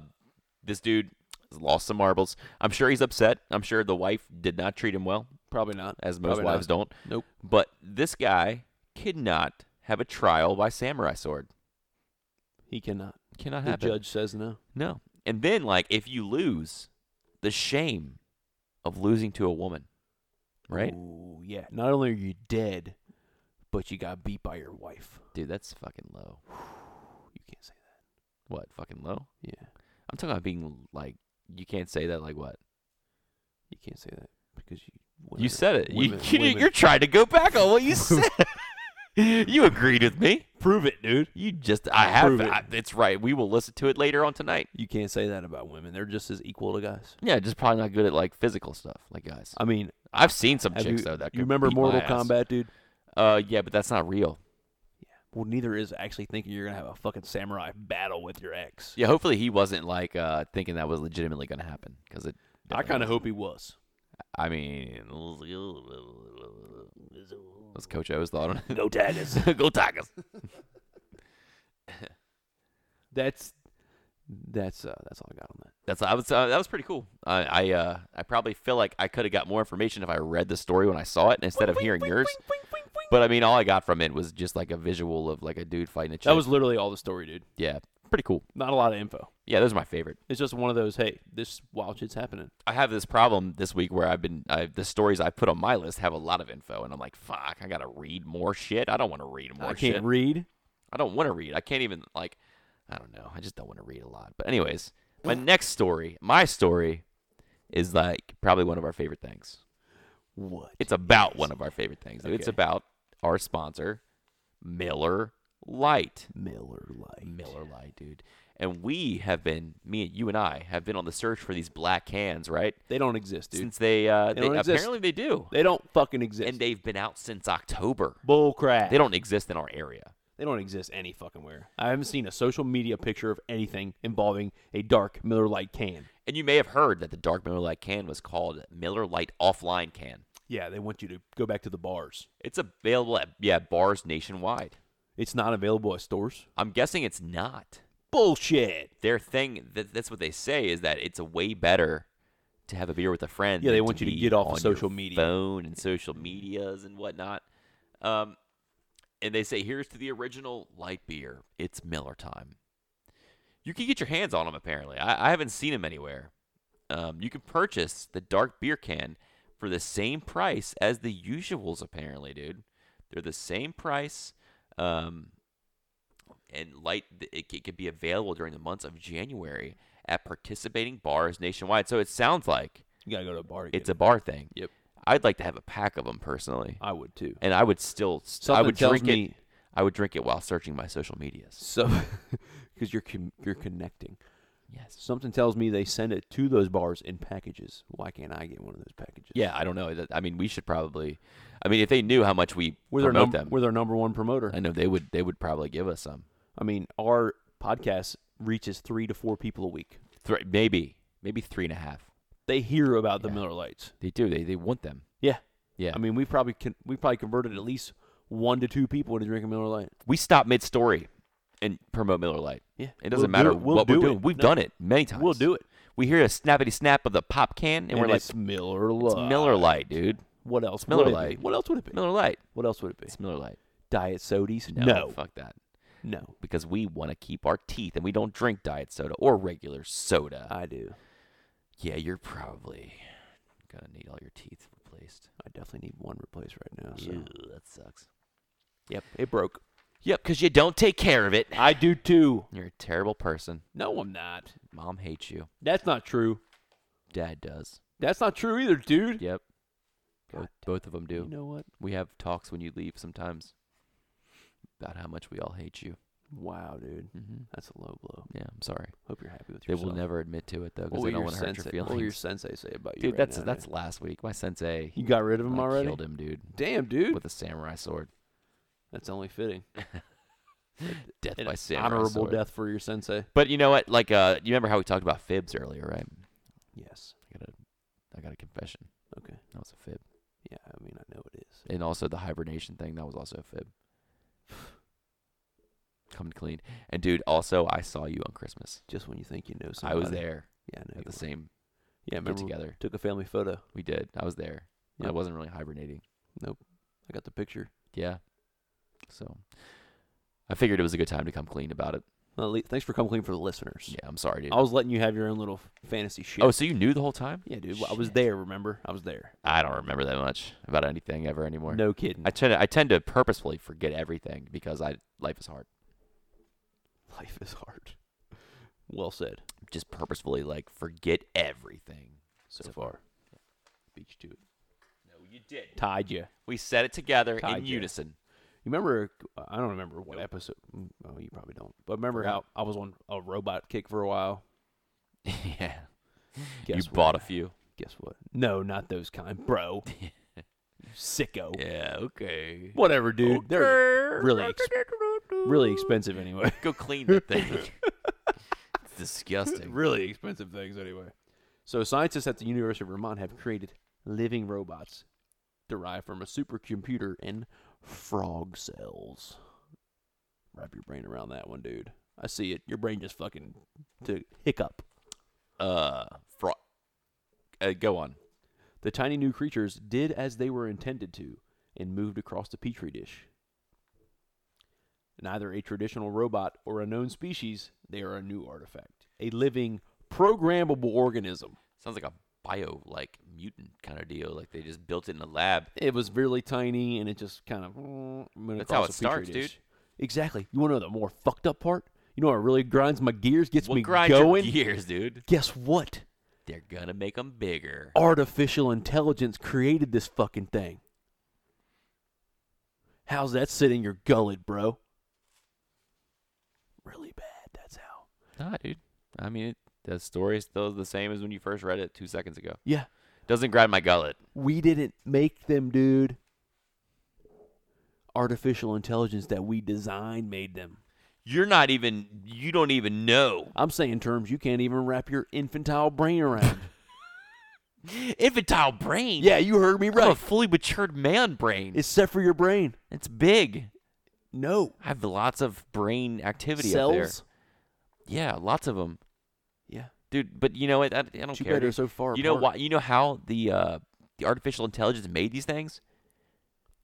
this dude has lost some marbles. I'm sure he's upset. I'm sure the wife did not treat him well, Probably not. as most Probably wives not. don't. Nope. But this guy cannot have a trial by samurai sword. He cannot. Cannot the happen. judge says no. No. And then, like, if you lose, the shame of losing to a woman, right? Ooh, yeah. Not only are you dead, but you got beat by your wife. Dude, that's fucking low. You can't say that. What? Fucking low? Yeah. I'm talking about being like, you can't say that. Like what? You can't say that because you You said it. You, Women- you, women. You're trying to go back on what you said. you agreed with me. Prove it, dude. You just, I have. Prove it. I, it's right. We will listen to it later on tonight. You can't say that about women. They're just as equal to guys. Yeah, just probably not good at like physical stuff, like guys. I mean, I've seen some have chicks you, though that you could remember beat my Mortal ass. Kombat, dude? Uh, yeah, but that's not real. Well, neither is actually thinking you're gonna have a fucking samurai battle with your ex. Yeah, hopefully he wasn't like uh thinking that was legitimately gonna happen because it. I kind of hope he was. I mean, that's Coach O's thought on it. Go Tigers! Go Tigers! that's that's uh, that's all I got on that. That's I was uh, that was pretty cool. I I, uh, I probably feel like I could have got more information if I read the story when I saw it instead of hearing yours. But I mean, all I got from it was just like a visual of like a dude fighting a chick. That was literally all the story, dude. yeah, pretty cool. Not a lot of info. Yeah, those are my favorite. It's just one of those. Hey, this wild shit's happening. I have this problem this week where I've been I, the stories I put on my list have a lot of info, and I'm like, fuck, I gotta read more shit. I don't want to read more I can't shit. read. I don't want to read. I can't even like. I don't know. I just don't want to read a lot. But anyways, my next story, my story, is like probably one of our favorite things. What? It's about one of our favorite things. It's Okay. about our sponsor, Miller Light. Miller Lite. Miller Light, dude. And we have been, me and you and I have been on the search for these black cans, right? They don't exist, dude. Since they, uh, They they don't exist. apparently they do, they don't fucking exist. and they've been out since October. bull crap. They don't exist in our area. They don't exist any fucking where. I haven't seen a social media picture of anything involving a dark Miller Lite can. And you may have heard that the dark Miller Lite can was called Miller Lite Offline Can. Yeah, they want you to go back to the bars. It's available at yeah bars nationwide. It's not available at stores. I'm guessing it's not. Bullshit. Their thing that that's what they say is that it's a way better to have a beer with a friend. Yeah, they than want you to be get off of on your social media. phone and social medias and whatnot. Um, and they say here's to the original light beer. It's Miller time. You can get your hands on them apparently. I, I haven't seen them anywhere. Um, you can purchase the dark beer can for the same price as the usuals apparently, dude. They're the same price. Um, and light th- it, c- it could be available during the months of January at participating bars nationwide. So it sounds like You gotta go to a bar. it's a bar thing. Yep. I'd like to have a pack of them personally, I would too. and I would still st- I Something would tells drink it. me- I would drink it while searching my social medias. So, because you're com- you're connecting. Yes. Something tells me they send it to those bars in packages. Why can't I get one of those packages? Yeah, I don't know. That- I mean, we should probably. I mean, if they knew how much we we're their promote num- them, we're their number one promoter. I know they would. They would probably give us some. I mean, our podcast reaches three to four people a week. Three, maybe, maybe three and a half. They hear about the Yeah. Miller Lights. They do. They they want them. Yeah, Yeah. I mean, we probably con- we probably converted at least one to two people into drinking Miller Lite. we stop mid story and promote Miller Lite. Yeah. It doesn't We'll do matter it. We'll what we're do doing. it. We've No. done it many times. We'll do it. We hear a snappity snap of the pop can and, we're like, it's Miller it's Lite. Miller Lite, dude. What else? Miller would it be? Lite. What else would it be? Miller Lite. What else would it be? It's Miller Lite. Diet sodies? No, no. Fuck that. No. Because we want to keep our teeth and we don't drink diet soda or regular soda. I do. yeah, you're probably going to need all your teeth replaced. I definitely need one replaced right now. So. Ew, that sucks. Yep, it broke. Yep, because you don't take care of it. I do too. You're a terrible person. No, I'm not. Mom hates you. That's not true. Dad does. That's not true either, dude. Yep. Both, both of them do. You know what? We have talks when you leave sometimes about how much we all hate you. Wow, dude. Mm-hmm. That's a low blow. Yeah, I'm sorry. Hope you're happy with They yourself. will never admit to it though, What because will they don't your want to hurt your sensei- What will your feelings. sensei say about you? Dude, right that's now, that's dude? last week. My sensei, You got rid of him I already. killed him, dude, Damn, dude. with a samurai sword. That's only fitting. Death An by samurai honorable sword. death for your sensei. But you know what? Like, uh, you remember how we talked about fibs earlier, right? Yes. I got a, I got a confession. Okay. That was a fib, Yeah, I mean, I know it is. and also the hibernation thing. That was also a fib. Coming clean, and dude, also I saw you on Christmas. Just when you think you know I somebody. was there Yeah, I know. at you the were. same Yeah, get remember we together. took a family photo. We did. I was there. I Yep. wasn't really hibernating. I got the picture. Yeah. So I figured it was a good time to come clean about it. Well, at least- thanks for coming clean for the listeners. Yeah, I'm sorry, dude. I was letting you have your own little fantasy shit. oh, so you knew the whole time? yeah, dude. Well, I was Shit. there. Remember, I was there. I don't remember that much about anything ever anymore. No kidding. I tend to, I tend to purposefully forget everything because I life is hard. Life is hard. Well said. Just purposefully like forget everything. So, far, beat you to it. You did. Tied you. We said it together in Tied ya. unison. You remember? I don't remember what episode. mm, Oh, you probably don't. But remember how I was on a robot kick for a while? yeah. Guess you what? bought a few. Guess what? No, not those kind, bro. You Sicko. Yeah. Okay. Whatever, dude. They're really, ex- really expensive anyway. Go clean the thing. it's disgusting. really expensive things anyway. So scientists at the University of Vermont have created living robots derived from a supercomputer and frog cells. Wrap your brain around that one, dude. I see it. Your brain just fucking to hiccup. Uh, fro- uh, go on. The tiny new creatures did as they were intended to and moved across the petri dish. Neither a traditional robot or a known species, they are a new artifact, a living programmable organism. Sounds like a bio like mutant kind of deal. Like they just built it in a lab. It was really tiny, and it just kind of. mm, went That's how across it the petri starts, dude. dish. Exactly. You want to know the more fucked up part? You know what really grinds my gears, gets What me grinds going. your gears, dude? Guess what? They're gonna make them bigger. Artificial intelligence created this fucking thing. How's that sit in your gullet, bro? Really bad. That's how. Nah, dude. I mean, it, the story is still the same as when you first read it two seconds ago. Yeah, Doesn't grind my gullet. we didn't make them, dude. Artificial intelligence that we designed made them. You're not even. You don't even know. I'm saying terms you can't even wrap your infantile brain around. Infantile brain. yeah, you heard me I'm a right. fully matured man brain. It's, Except for your brain. big. No. I have lots of brain activity up there. Cells. Yeah, lots of them, Yeah. dude. But you know what? I, I don't Too care. bad they're dude. so far You know apart. why? You know how the uh, the artificial intelligence made these things?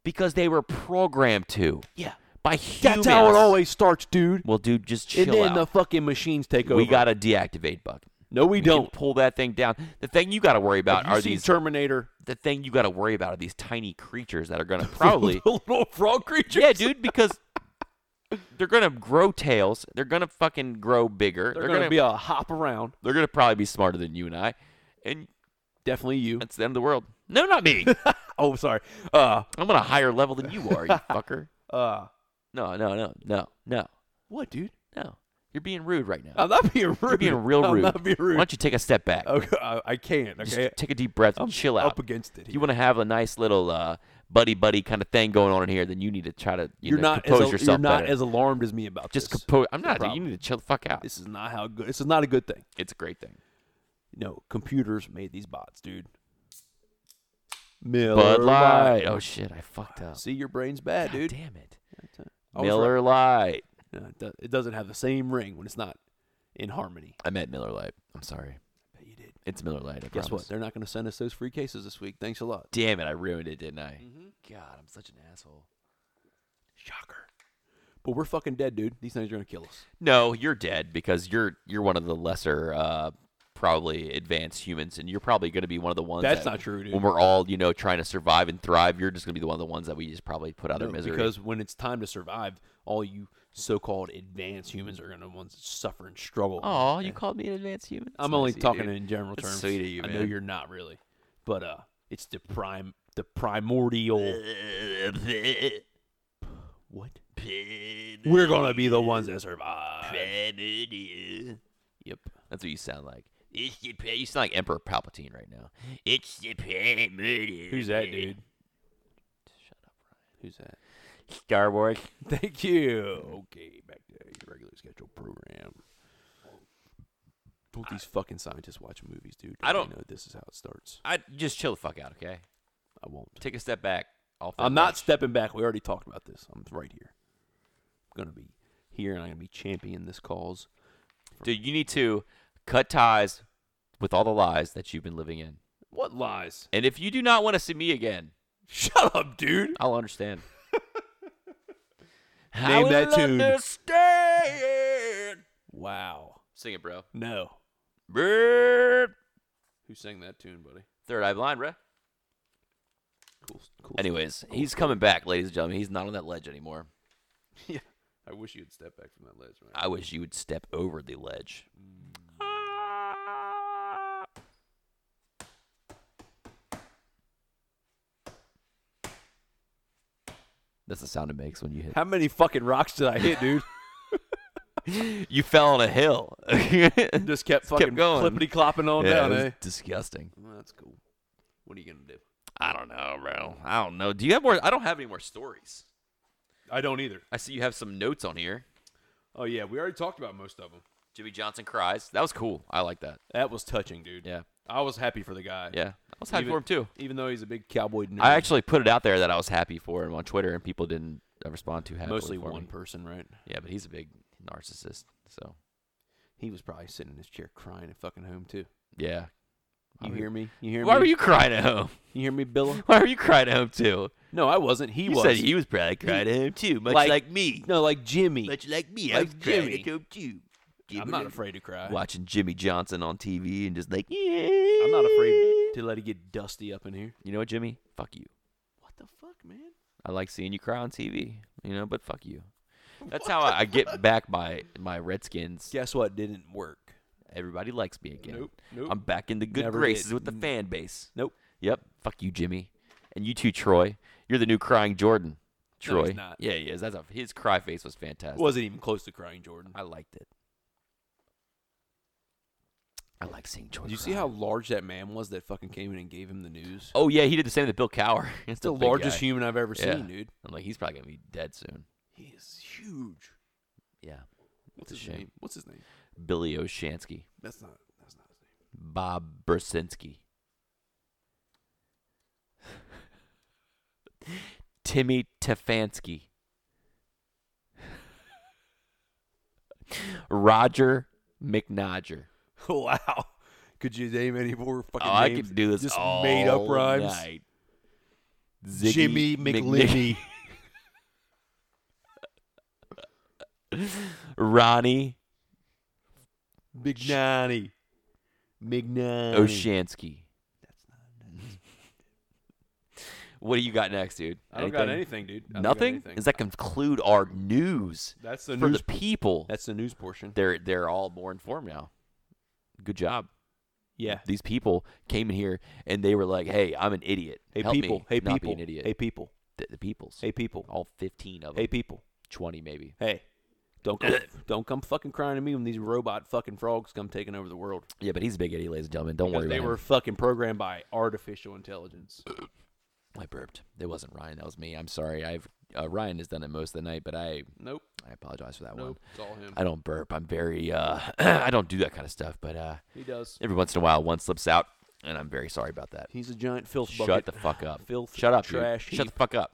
Because they were programmed to Yeah. by humans. That's how it always starts, dude. Well, dude, just chill and then out. the fucking machines take over. we gotta deactivate Buck. No, we, We can don't. pull that thing down. The thing you gotta worry about Have you are seen these. Terminator? the thing you gotta worry about are these tiny creatures that are gonna probably. the little frog creature. yeah, dude, because they're gonna grow tails. They're gonna fucking grow bigger. They're, gonna, be a hop around. They're gonna probably be smarter than you and I, and Definitely you. that's the end of the world. No, not me. Oh, sorry. Uh, I'm on a higher level than you are, you fucker. uh, No, no, no, no, no, what, dude? no. You're being rude right now. I'm not being rude. You're being real I'm rude. not being rude. Why don't you take a step back? Okay, I, I can't. Just Okay, take a deep breath and I'm chill out. up against it. If Here. you want to have a nice little uh, buddy buddy kind of thing going on in here, then you need to try to you you're know, not compose as, yourself. you're not better. as alarmed as me about just this. compose. I'm not. the Dude, you problem. need to chill the fuck out. This is not how good. This is not a good thing. It's a great thing. No, computers made these bots, dude. Miller Bud Light. Lite. Oh shit, I fucked up. See, your brain's bad, God dude. damn it. I was Miller right. Light. No, it do- it doesn't have the same ring when it's not in harmony. I meant Miller Light. I'm sorry. But you did. It's Miller Light. I Guess promise. what? They're not going to send us those free cases this week. Thanks a lot. Damn it, I ruined it, didn't I? Mm-hmm. God, I'm such an asshole. Shocker. But we're fucking dead, dude. These things are going to kill us. No, you're dead because you're you're one of the lesser, uh, probably advanced humans, and you're probably going to be one of the ones. That's that not true, dude. When we're all you know trying to survive and thrive, you're just going to be one of the ones that we just probably put out of No, misery. Because when it's time to survive, all you so-called advanced humans are going to ones that suffer and struggle. oh, you called me an advanced human. I'm That's only nice of you, talking dude. in general That's terms. sweet of you, I know man. you're not really, but uh, it's the prime, the primordial. what? We're gonna be the ones that survive. Yep. That's what you sound like. It's the pa- you sound like Emperor Palpatine right now. It's the primordial. Who's that, dude? Who's that? Star Wars. Thank you. Okay, back to your regular scheduled program. Don't these fucking scientists watch movies, dude? I they don't- know this is how it starts. I just chill the fuck out, okay? I won't. Take a step back. Off that I'm not bench. stepping back. We already talked about this. I'm right here. I'm gonna be here, and I'm gonna be championing this cause. Dude, you need to cut ties with all the lies that you've been living in. What lies? And if you do not want to see me again, Shut up, dude. I'll understand. Name that tune. Understand. Wow. Sing it, bro. No. Bird. Who sang that tune, buddy? Third Eye Blind, bro. Cool. Cool. Anyways, he's coming back, ladies and gentlemen. He's not on that ledge anymore. yeah. I wish you'd step back from that ledge, man. I wish you would step over the ledge. That's the sound it makes when you hit. How many fucking rocks did I hit, dude? You fell on a hill. Just kept fucking going. clippity clopping on Yeah, down, it was eh? disgusting. Well, that's cool. What are you gonna do? I don't know, bro. I don't know. Do you have more? I don't have any more stories. I don't either. I see you have some notes on here. Oh yeah, we already talked about most of them. Jimmy Johnson cries. That was cool. I like that. That was touching, dude. Yeah, I was happy for the guy. yeah. I was happy Even- for him too. Even though he's a big cowboy nerd. I actually put it out there that I was happy for him on Twitter, and people didn't uh, respond too happily. mostly for one me. person, right? Yeah, but he's a big narcissist. So He was probably sitting in his chair crying at fucking home too. yeah. You Why hear me? You hear Why me? were you crying at home? You hear me, Billa? Why were you crying at home too? No, I wasn't. He you was. said he was probably crying at home too, much like, Like- me. no, like Jimmy. Much like me, I Like was crying Jimmy. at home too. I'm not afraid to cry. Watching Jimmy Johnson on TV and just like, I'm not afraid to let it get dusty up in here. You know what, Jimmy? Fuck you. What the fuck, man? I like seeing you cry on TV, you know, but fuck you. That's how I, I get back my my Redskins. Guess what? Didn't work. Everybody likes me again. Nope, nope. I'm back in the good Never graces did. with the fan base. Nope. Yep. Fuck you, Jimmy. And you too, Troy. You're the new crying Jordan. No, Troy. he's not. Yeah, he is. That's a, his cry face was fantastic. Wasn't even close to crying, Jordan. I liked it. I like seeing Troy. Did you see cry. how large that man was that fucking came in and gave him the news? Oh yeah, he did the same to Bill Cower. It's It's the largest human I've ever Yeah. seen, dude. I'm like, he's probably gonna be dead soon. He is huge. Yeah. What's a his shame. name? What's his name? Billy O'Shansky. That's not. That's not his name. Bob Bersinski. Timmy Tefansky. Roger McNodger. Wow. Could you name any more fucking Oh, I names? could do this Just all made up rhymes. night. Ziggy Jimmy McNick- McLibby. Ronnie McNanny. McNanny. Oshansky. What do you got next, dude? I don't got anything, dude. I don't got Nothing? anything. Does that conclude our news That's the for news. the people? that's the news portion. they're they're all more informed now. Good job. Yeah. These people came in here and they were like, "Hey, I'm an idiot. Hey Help people. me hey not people. be an idiot." Hey people. the, the peoples. Hey people. all 15 of them. Hey people. 20 maybe. Hey. Don't come, don't come fucking crying to me when these robot fucking frogs come taking over the world. Yeah, but he's a big idiot, ladies and gentlemen. Don't worry Because they about were him. fucking programmed by artificial intelligence. I burped. It wasn't Ryan. That was me. I'm sorry. I've uh, Ryan has done it most of the night, but I Nope. I apologize for that one. Nope. It's all him. I don't burp. I'm very uh I don't do that kind of stuff, but uh He does. every once in a while one slips out and I'm very sorry about that. He's a giant filth bucket. Shut the fuck up. Filth Shut up, dude. trash Shut the heap. fuck up.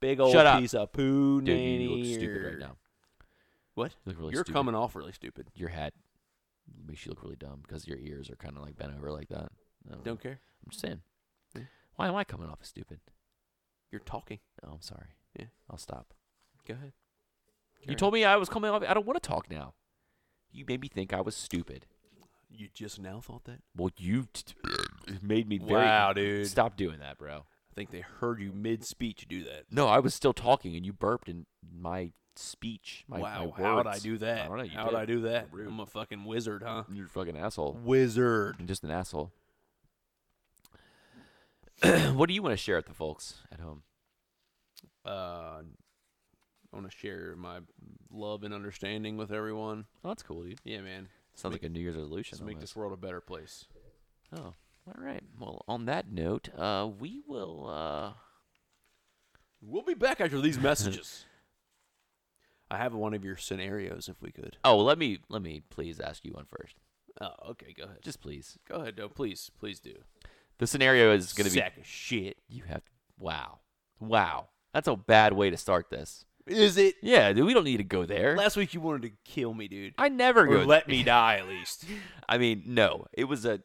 Big old Shut up. piece of poo Dude, you look nanny stupid right ear. now. What? You look really You're stupid. coming off really stupid. Your hat makes you look really dumb because your ears are kind of like bent over like that. I don't know. Don't care. I'm just saying. Yeah. Why am I coming off as stupid? You're talking. Oh, I'm sorry. Yeah. I'll stop. Go ahead. You told me I was coming off. I don't want to talk now. You made me think I was stupid. You just now thought that? Well, you t- made me very. Wow, dude. Stop doing that, bro. I think they heard you mid speech do that. No, I was still talking and you burped in my speech. My, my wow, how'd I words. do that? I don't know. You how'd I did. do that? Rude. I'm a fucking wizard, huh? You're a fucking asshole. Wizard. I'm just an asshole. what do you want to share with the folks at home? Uh, I want to share my love and understanding with everyone. Oh, that's cool, dude. Yeah, man. Sounds like a New Year's resolution. Let's make almost. this world a better place. Oh, all right. Well, on that note, uh, we will. Uh, We'll be back after these messages. I have one of your scenarios, if we could. oh, let me let me please ask you one first. Oh, okay. Go ahead. Just please. Go ahead, though. Please, please do. The scenario is going to be sack of shit. you have. Wow, wow. That's a bad way to start this. Is it? Yeah, dude. We don't need to go there. Last week you wanted to kill me, dude. I never go. Or let me die at least. I mean, no. It was a.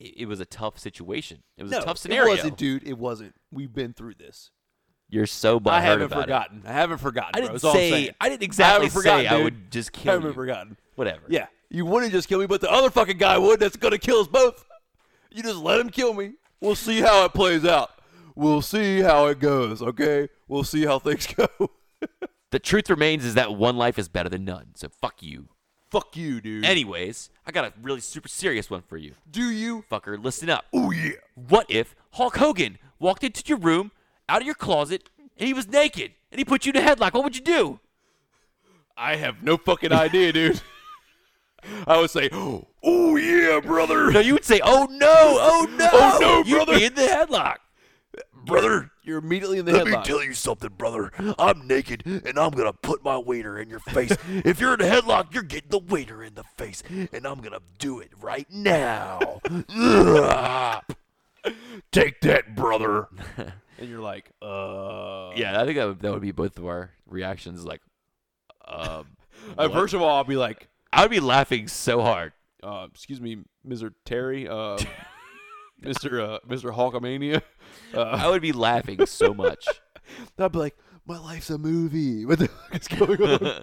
It it was a tough situation. It was a tough It scenario. wasn't, dude. It wasn't. We've been through this. You're so butthurt I haven't about it. forgotten. I haven't forgotten. I bro. didn't That's all I'm say. saying. I didn't exactly haven't forgotten, say I dude. would just I kill haven't you. forgotten. Whatever. Yeah, you wouldn't just kill me, but the other fucking guy would. That's gonna kill us both. You just let him kill me. We'll see how it plays out. We'll see how it goes. Okay. We'll see how things go. The truth remains is that one life is better than none. So fuck you. Fuck you, dude. Anyways, I got a really super serious one for you. Do you? Fucker, listen up. Oh yeah. What if Hulk Hogan walked into your room, out of your closet, and he was naked and he put you in a headlock, what would you do? I have no fucking idea, dude. I would say, "Oh yeah, brother, No, you would say, "Oh no, oh no, Oh, no, You'd brother. be in the headlock." Brother, you're immediately in the let me headlock." tell you something, brother. I'm naked and I'm gonna put my waiter in your face. if you're in a headlock, you're getting the waiter in the face, and I'm gonna do it right now. Ugh. Take that, brother. and you're like, "Uh, Yeah, I think that would, that would be both of our reactions. Like, um, Uh, what? first of all, I'll be like, I would be laughing so hard. uh, "Excuse me, Mr. Terry, uh, Mr. Uh, Mr. Hulkamania." Uh, I would be laughing so much. I'd be like, "My life's a movie. What the fuck is going on?"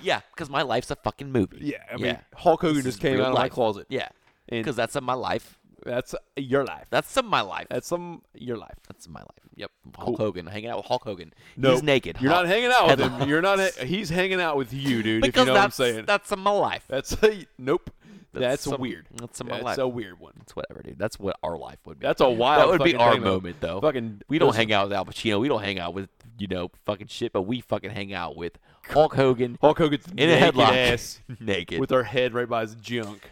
yeah, because my life's a fucking movie. yeah, I mean, Yeah. Hulk Hogan This just is came real out of my life. closet. Yeah, And- because that's in my life. That's uh, your life. That's some of my life. That's some your life. That's my life. Yep. Hulk Hogan hanging out with Hulk Hogan. No, he's naked. You're not Hulk. hanging out with him. Headlines. You're not. He's hanging out with you, dude. because if you know what I'm that's saying. that's some of my life. That's nope. That's, some- weird. that's some of my That's life. a weird one. It's whatever, dude. That's what our life would be. That's a wild. that would be fucking our thing, though. moment, though. Fucking, we don't listen, hang out with Al Pacino. We don't hang out with you know fucking shit, but we fucking hang out with Hulk Hogan Hulk Hogan's in a naked headlock, ass naked. with our head right by his junk.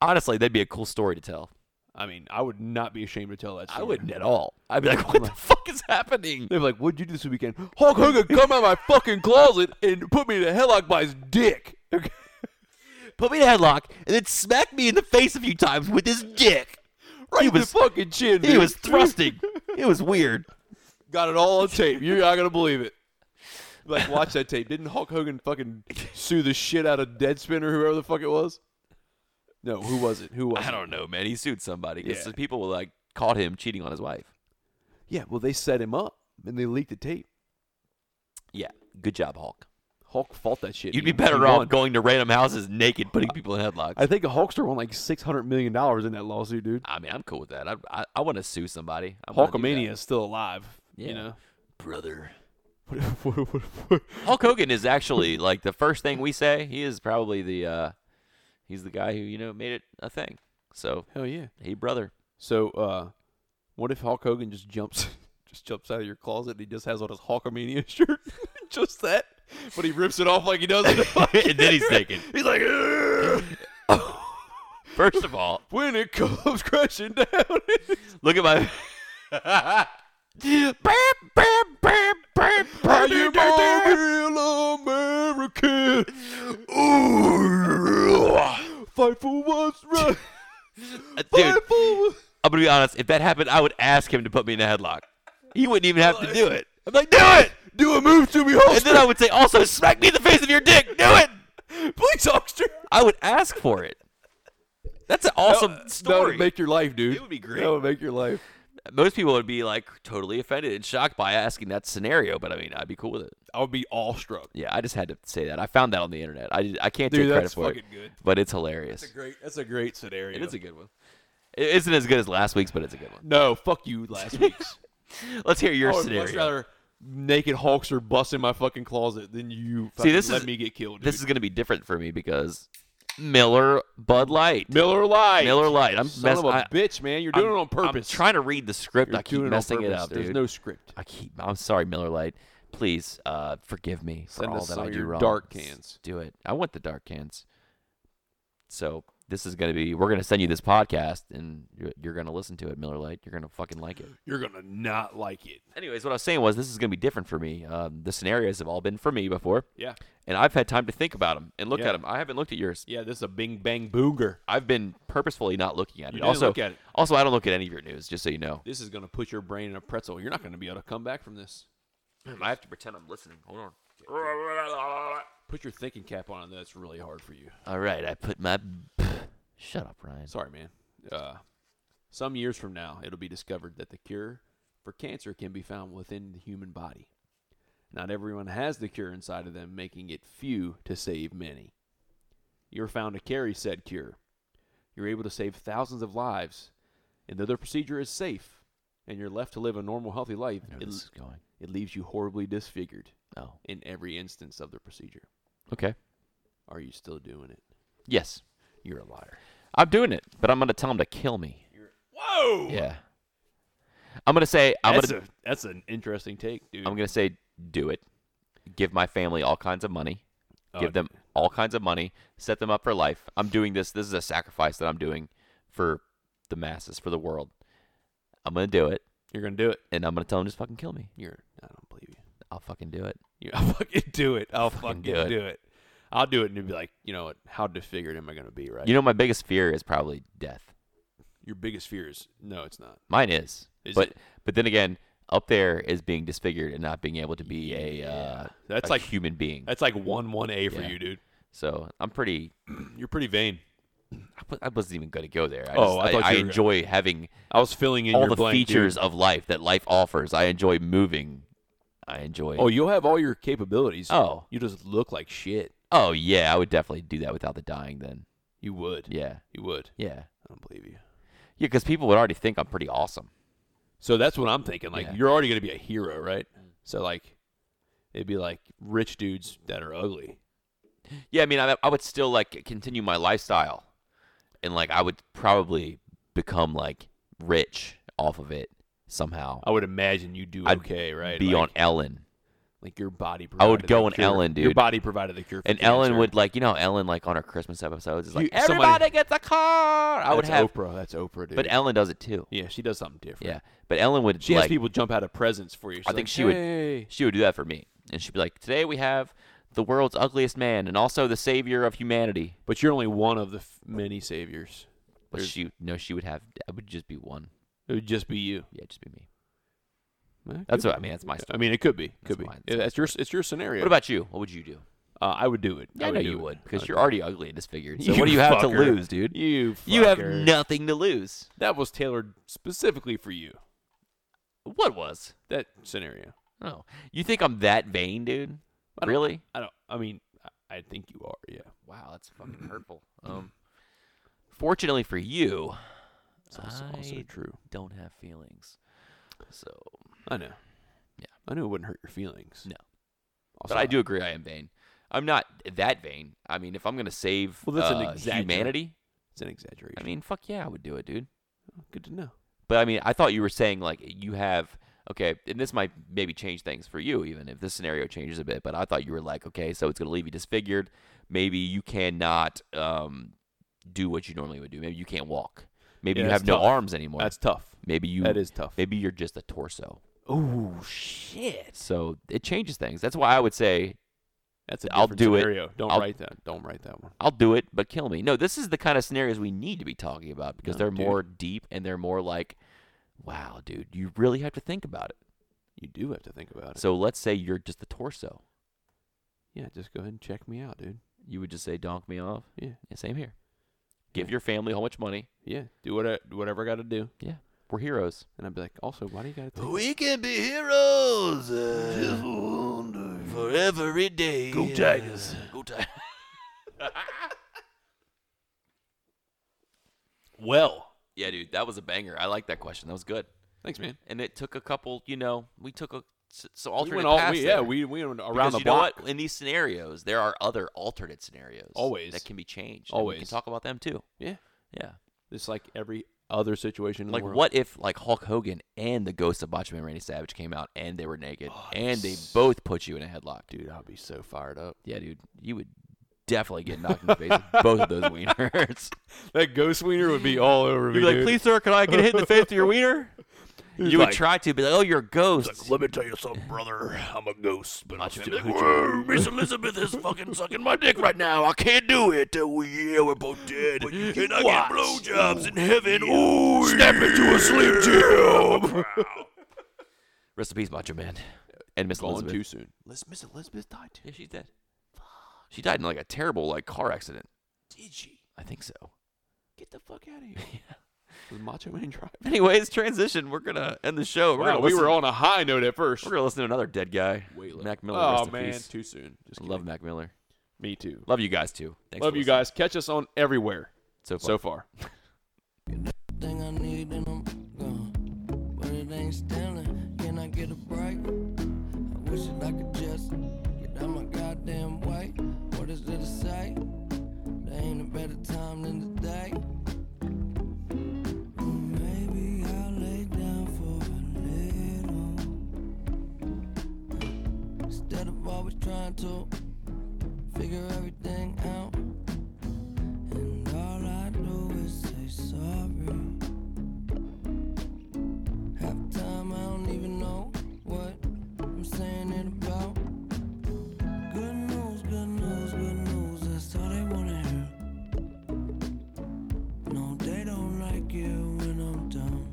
Honestly, that'd be a cool story to tell. I mean, I would not be ashamed to tell that. Story. I wouldn't at all. I'd be like, what the fuck is happening? They'd be like, "What'd you do this weekend?" Hulk Hogan come out of my fucking closet and put me in a headlock by his dick. Okay. Put me in a headlock and then smack me in the face a few times with his dick. Right he in the was fucking chin. he dude. was thrusting. it was weird. Got it all on tape. You're not gonna believe it. Like, watch that tape. Didn't Hulk Hogan fucking sue the shit out of Deadspin or whoever the fuck it was? No, who was it? Who was? I it? don't know, man. He sued somebody because Yeah. people were like caught him cheating on his wife. Yeah, well, they set him up and they leaked the tape. Yeah, good job, Hulk. Hulk fought that shit. You'd He- be better he off won. going to random houses naked, putting people in headlocks. I think a Hulkster won like six hundred million dollars in that lawsuit, dude. I mean, I'm cool with that. I I, I want to sue somebody. I wanna do that. Hulkamania is still alive. Yeah. You know, brother. What if- what if- what if- what if- Hulk Hogan is actually like the first thing we say. He is probably the uh, he's the guy who you know made it a thing. So hell yeah. hey, brother. So, uh, what if Hulk Hogan just jumps, just jumps out of your closet and he just has on his Hulkamania shirt, just that, but he rips it off like he does. and then he's naked. He's like, "Ugh, First of all, when it comes crashing down. look at my. Are you a real American? Ooh, fight for what's right. Dude, Fight for what- I'm gonna be honest. If that happened, I would ask him to put me in a headlock. He wouldn't even have to do it. I'm like, do it. Do a move to me, Hulkster. And then I would say, also smack me in the face of your dick. Do it. Please, Hulkster. I would ask for it. That's an awesome Uh, That story. would make your life, dude. It would be great. That would make your life. Most people would be like totally offended and shocked by asking that scenario, but I mean, I'd be cool with it. I would be awestruck. Yeah, I just had to say that. I found that on the internet. I, I can't Dude, take credit that's for it, fucking good. but it's hilarious. That's a great. That's a great scenario. It is a good one. It isn't as good as last week's, but it's a good one. No, fuck you. Last week's. Let's hear your I would much scenario. rather naked Hulks are bust in my fucking closet than you. See, fucking this let is- me get killed. this dude. is going to be different for me because Miller Bud Light. Miller Lite. Miller Light. I'm Son mess- of a I- bitch, man. You're doing I'm- it on purpose. I'm trying to read the script. You're I keep doing messing it, it on purpose. up, There's dude. no script. I keep. I'm sorry, Miller Lite. Please uh, forgive me Send for all us that some I of do your wrong. dark Let's cans. do it. I want the dark cans. So this is gonna be. We're gonna send you this podcast, and you're, you're gonna listen to it, Miller Lite. You're gonna fucking like it. You're gonna not like it. Anyways, what I was saying was this is gonna be different for me. Um, the scenarios have all been for me before, Yeah. and I've had time to think about them and look at Yeah. 'em. at them. I haven't looked at yours. Yeah. This is a Bing Bang Booger. I've been purposefully not looking at You it. didn't also, look at it. also, I don't look at any of your news, just so you know. This is gonna put your brain in a pretzel. You're not gonna be able to come back from this. I have to pretend I'm listening. Hold on. Put your thinking cap on, and that's really hard for you. All right, I put my. Shut up, Ryan. Sorry, man. Uh, some years from now, it'll be discovered that the cure for cancer can be found within the human body. Not everyone has the cure inside of them, making it few to save many. You're found to carry said cure. You're able to save thousands of lives, and though the procedure is safe, and you're left to live a normal, healthy life, I know where it, this is going. it leaves you horribly disfigured Oh, in every instance of the procedure. okay. Are you still doing it? Yes, You're a liar. I'm doing it, but I'm gonna tell him to kill me. Whoa! Yeah. I'm gonna say I'm that's gonna a that's an interesting take, dude. I'm gonna say do it. Give my family all kinds of money. Oh, Give them all kinds of money. Set them up for life. I'm doing this. This is a sacrifice that I'm doing for the masses, for the world. I'm gonna do it, You're gonna do it. and I'm gonna tell them just fucking kill me. You're. I don't believe you. I'll fucking do it. You I'll fucking do it. I'll fucking, do do, it. it. I'll do it, and you'll be like, you know what? How disfigured am I gonna be? Right. You know, my biggest fear is probably death. your biggest fear is no, it's not. Mine is, Is but it? but then again, up there is being disfigured and not being able to be a uh, That's a like- human being. That's like one one A for Yeah. you, dude. So I'm pretty. You're pretty vain. I wa- I wasn't even gonna go there. I Oh, just, I thought I, you were- enjoy having I was filling in all your the blank, dude. features of life that life offers. I enjoy moving. I enjoy. Oh, you'll have all your capabilities. Oh. you just look like shit. Oh, yeah, I would definitely do that without the dying. Then, You would. yeah, You would. yeah, I don't believe you. yeah, because people would already think I'm pretty awesome. So that's what I'm thinking. Like Yeah. Mm. you're already gonna be a hero, right? So like, it'd be like rich dudes that are ugly. Yeah, I mean, I, I would still like continue my lifestyle, and like I would probably become like rich off of it somehow. I would imagine you do I'd okay, Oh, right? Be like, on Ellen, like your body. I would provided go the on cure. Ellen, Your dude. body provided the cure. For and Ellen cancer. would like you know how Ellen like on her Christmas episodes is like You- somebody- everybody gets a car. I would That's have, Oprah. That's Oprah, dude. but Ellen does it too. yeah, she does something different. Yeah, but Ellen would she like has people jump out of presents for you. She's I think like, she would- "Hey." she would do that for me, and she'd be like, "Today we have the world's ugliest man and also the savior of humanity." But you're only one of the f- many saviors. But There's- she no, she would have. It would just be one. It would just be you. Yeah, just be me. Eh, could That's be. what I mean. That's my I story. mean, it could be. Could That's be. mine. Yeah, That's your. It's your scenario. What about you? What would you do? Uh, I would do it. Yeah, I, know do you it. would I because would you're do it. already ugly and disfigured. So what do you have to fucker. lose, dude? You. Fucker. You have nothing to lose. That was tailored specifically for you. What was? That scenario. Oh, you think I'm that vain, dude? I don't- Really? I don't. I mean, I, I think you are. Yeah. Wow, that's fucking hurtful. Um, fortunately for you, It's also, also I true. don't have feelings. So, I know. Yeah. I know it wouldn't hurt your feelings. No. Also, but I do agree I am vain. I'm not that vain. I mean, if I'm gonna save Well, that's an uh, exagger- humanity, It's an exaggeration. I mean, fuck yeah, I would do it, dude. good to know. But I mean, I thought you were saying like you have okay, and this might maybe change things for you even if this scenario changes a bit. But I thought you were like okay, so it's gonna leave you disfigured. Maybe you cannot um, do what you normally would do. Maybe you can't walk. Maybe Yeah, you that's have no tough. arms anymore. That's tough. maybe you that is tough. Maybe you're just a torso. Oh shit. So it changes things. That's why I would say That's a I'll different do it. scenario. Don't I'll- write that. Don't write that one. I'll do it, but kill me. No, this is the kind of scenarios we need to be talking about because No, they're dude. more deep and they're more like, wow, dude, you really have to think about it. You do have to think about it. So let's say you're just the torso. yeah, just go ahead and check me out, dude. You would just say, donk me off. Yeah. Yeah, same here. Give Yeah. your family a whole bunch of money. Yeah. Do what I, do whatever I got to do. We're heroes. And I'd be like, also, why do you got to take We can be heroes uh, for every day. Go Tigers. Go Tigers. Well, Yeah, dude, that was a banger. I like that question. That was good. thanks, man. And it took a couple, you know, we took a s- so We alternate went all, paths we, there. yeah, we, we went around Because the you block. know what? In these scenarios, there are other alternate scenarios. Always. That can be changed. and we can Always. talk about them too. Yeah. Yeah. It's like every other situation in Like the world. what if like Hulk Hogan and the ghost of Macho Man Randy Savage came out and they were naked and they both put you in a headlock, dude? Dude, I'll be so fired up. Yeah, dude, you would definitely get knocked in the face with both of those wieners. That ghost wiener would be all over me. dude. sir, can I get hit in the face with your wiener? He's you would like- try to be like, oh, you're a ghost. Like, Let me tell you something, brother. I'm a ghost, but I'm Macho still. Man, Whoa, Miss Elizabeth is fucking sucking my dick right now. I can't do it. Oh, yeah, we're both dead. and I get blowjobs in heaven. Ooh, snap into a sleep tube. Rest in peace, Macho Man. And Miss Gone Elizabeth. too soon. Miss Miss Elizabeth died too. Yeah, she's dead. She died in like a terrible like car accident. Did she? I think so. Get the fuck out of here. The Macho Man Drive. Anyways, transition. We're gonna end the show. We're Wow, gonna we listen- were on a high note at first. We're gonna listen to another dead guy. Way low. Mac Miller. Oh rest in man, peace. too soon. Just I love kidding. Mac Miller. Me too. Love you guys too. Thanks love for you listening. guys. Catch us on everywhere So far. so far. Thing I need and I'm gone. But it ain't stealing. Can I get a break? I wish that I could just get out my goddamn way. What is there to say? There ain't a better time than today. Maybe I'll lay down for a figure everything out. And all I do is say sorry. Half the time I don't even know what I'm saying it about. Good news, good news, good news, that's all they wanna hear. No, they don't like you when I'm down.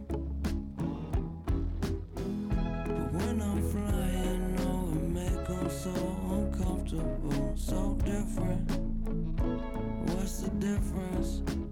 But when I'm flying, no, it make 'em so uncomfortable, so different. What's the difference?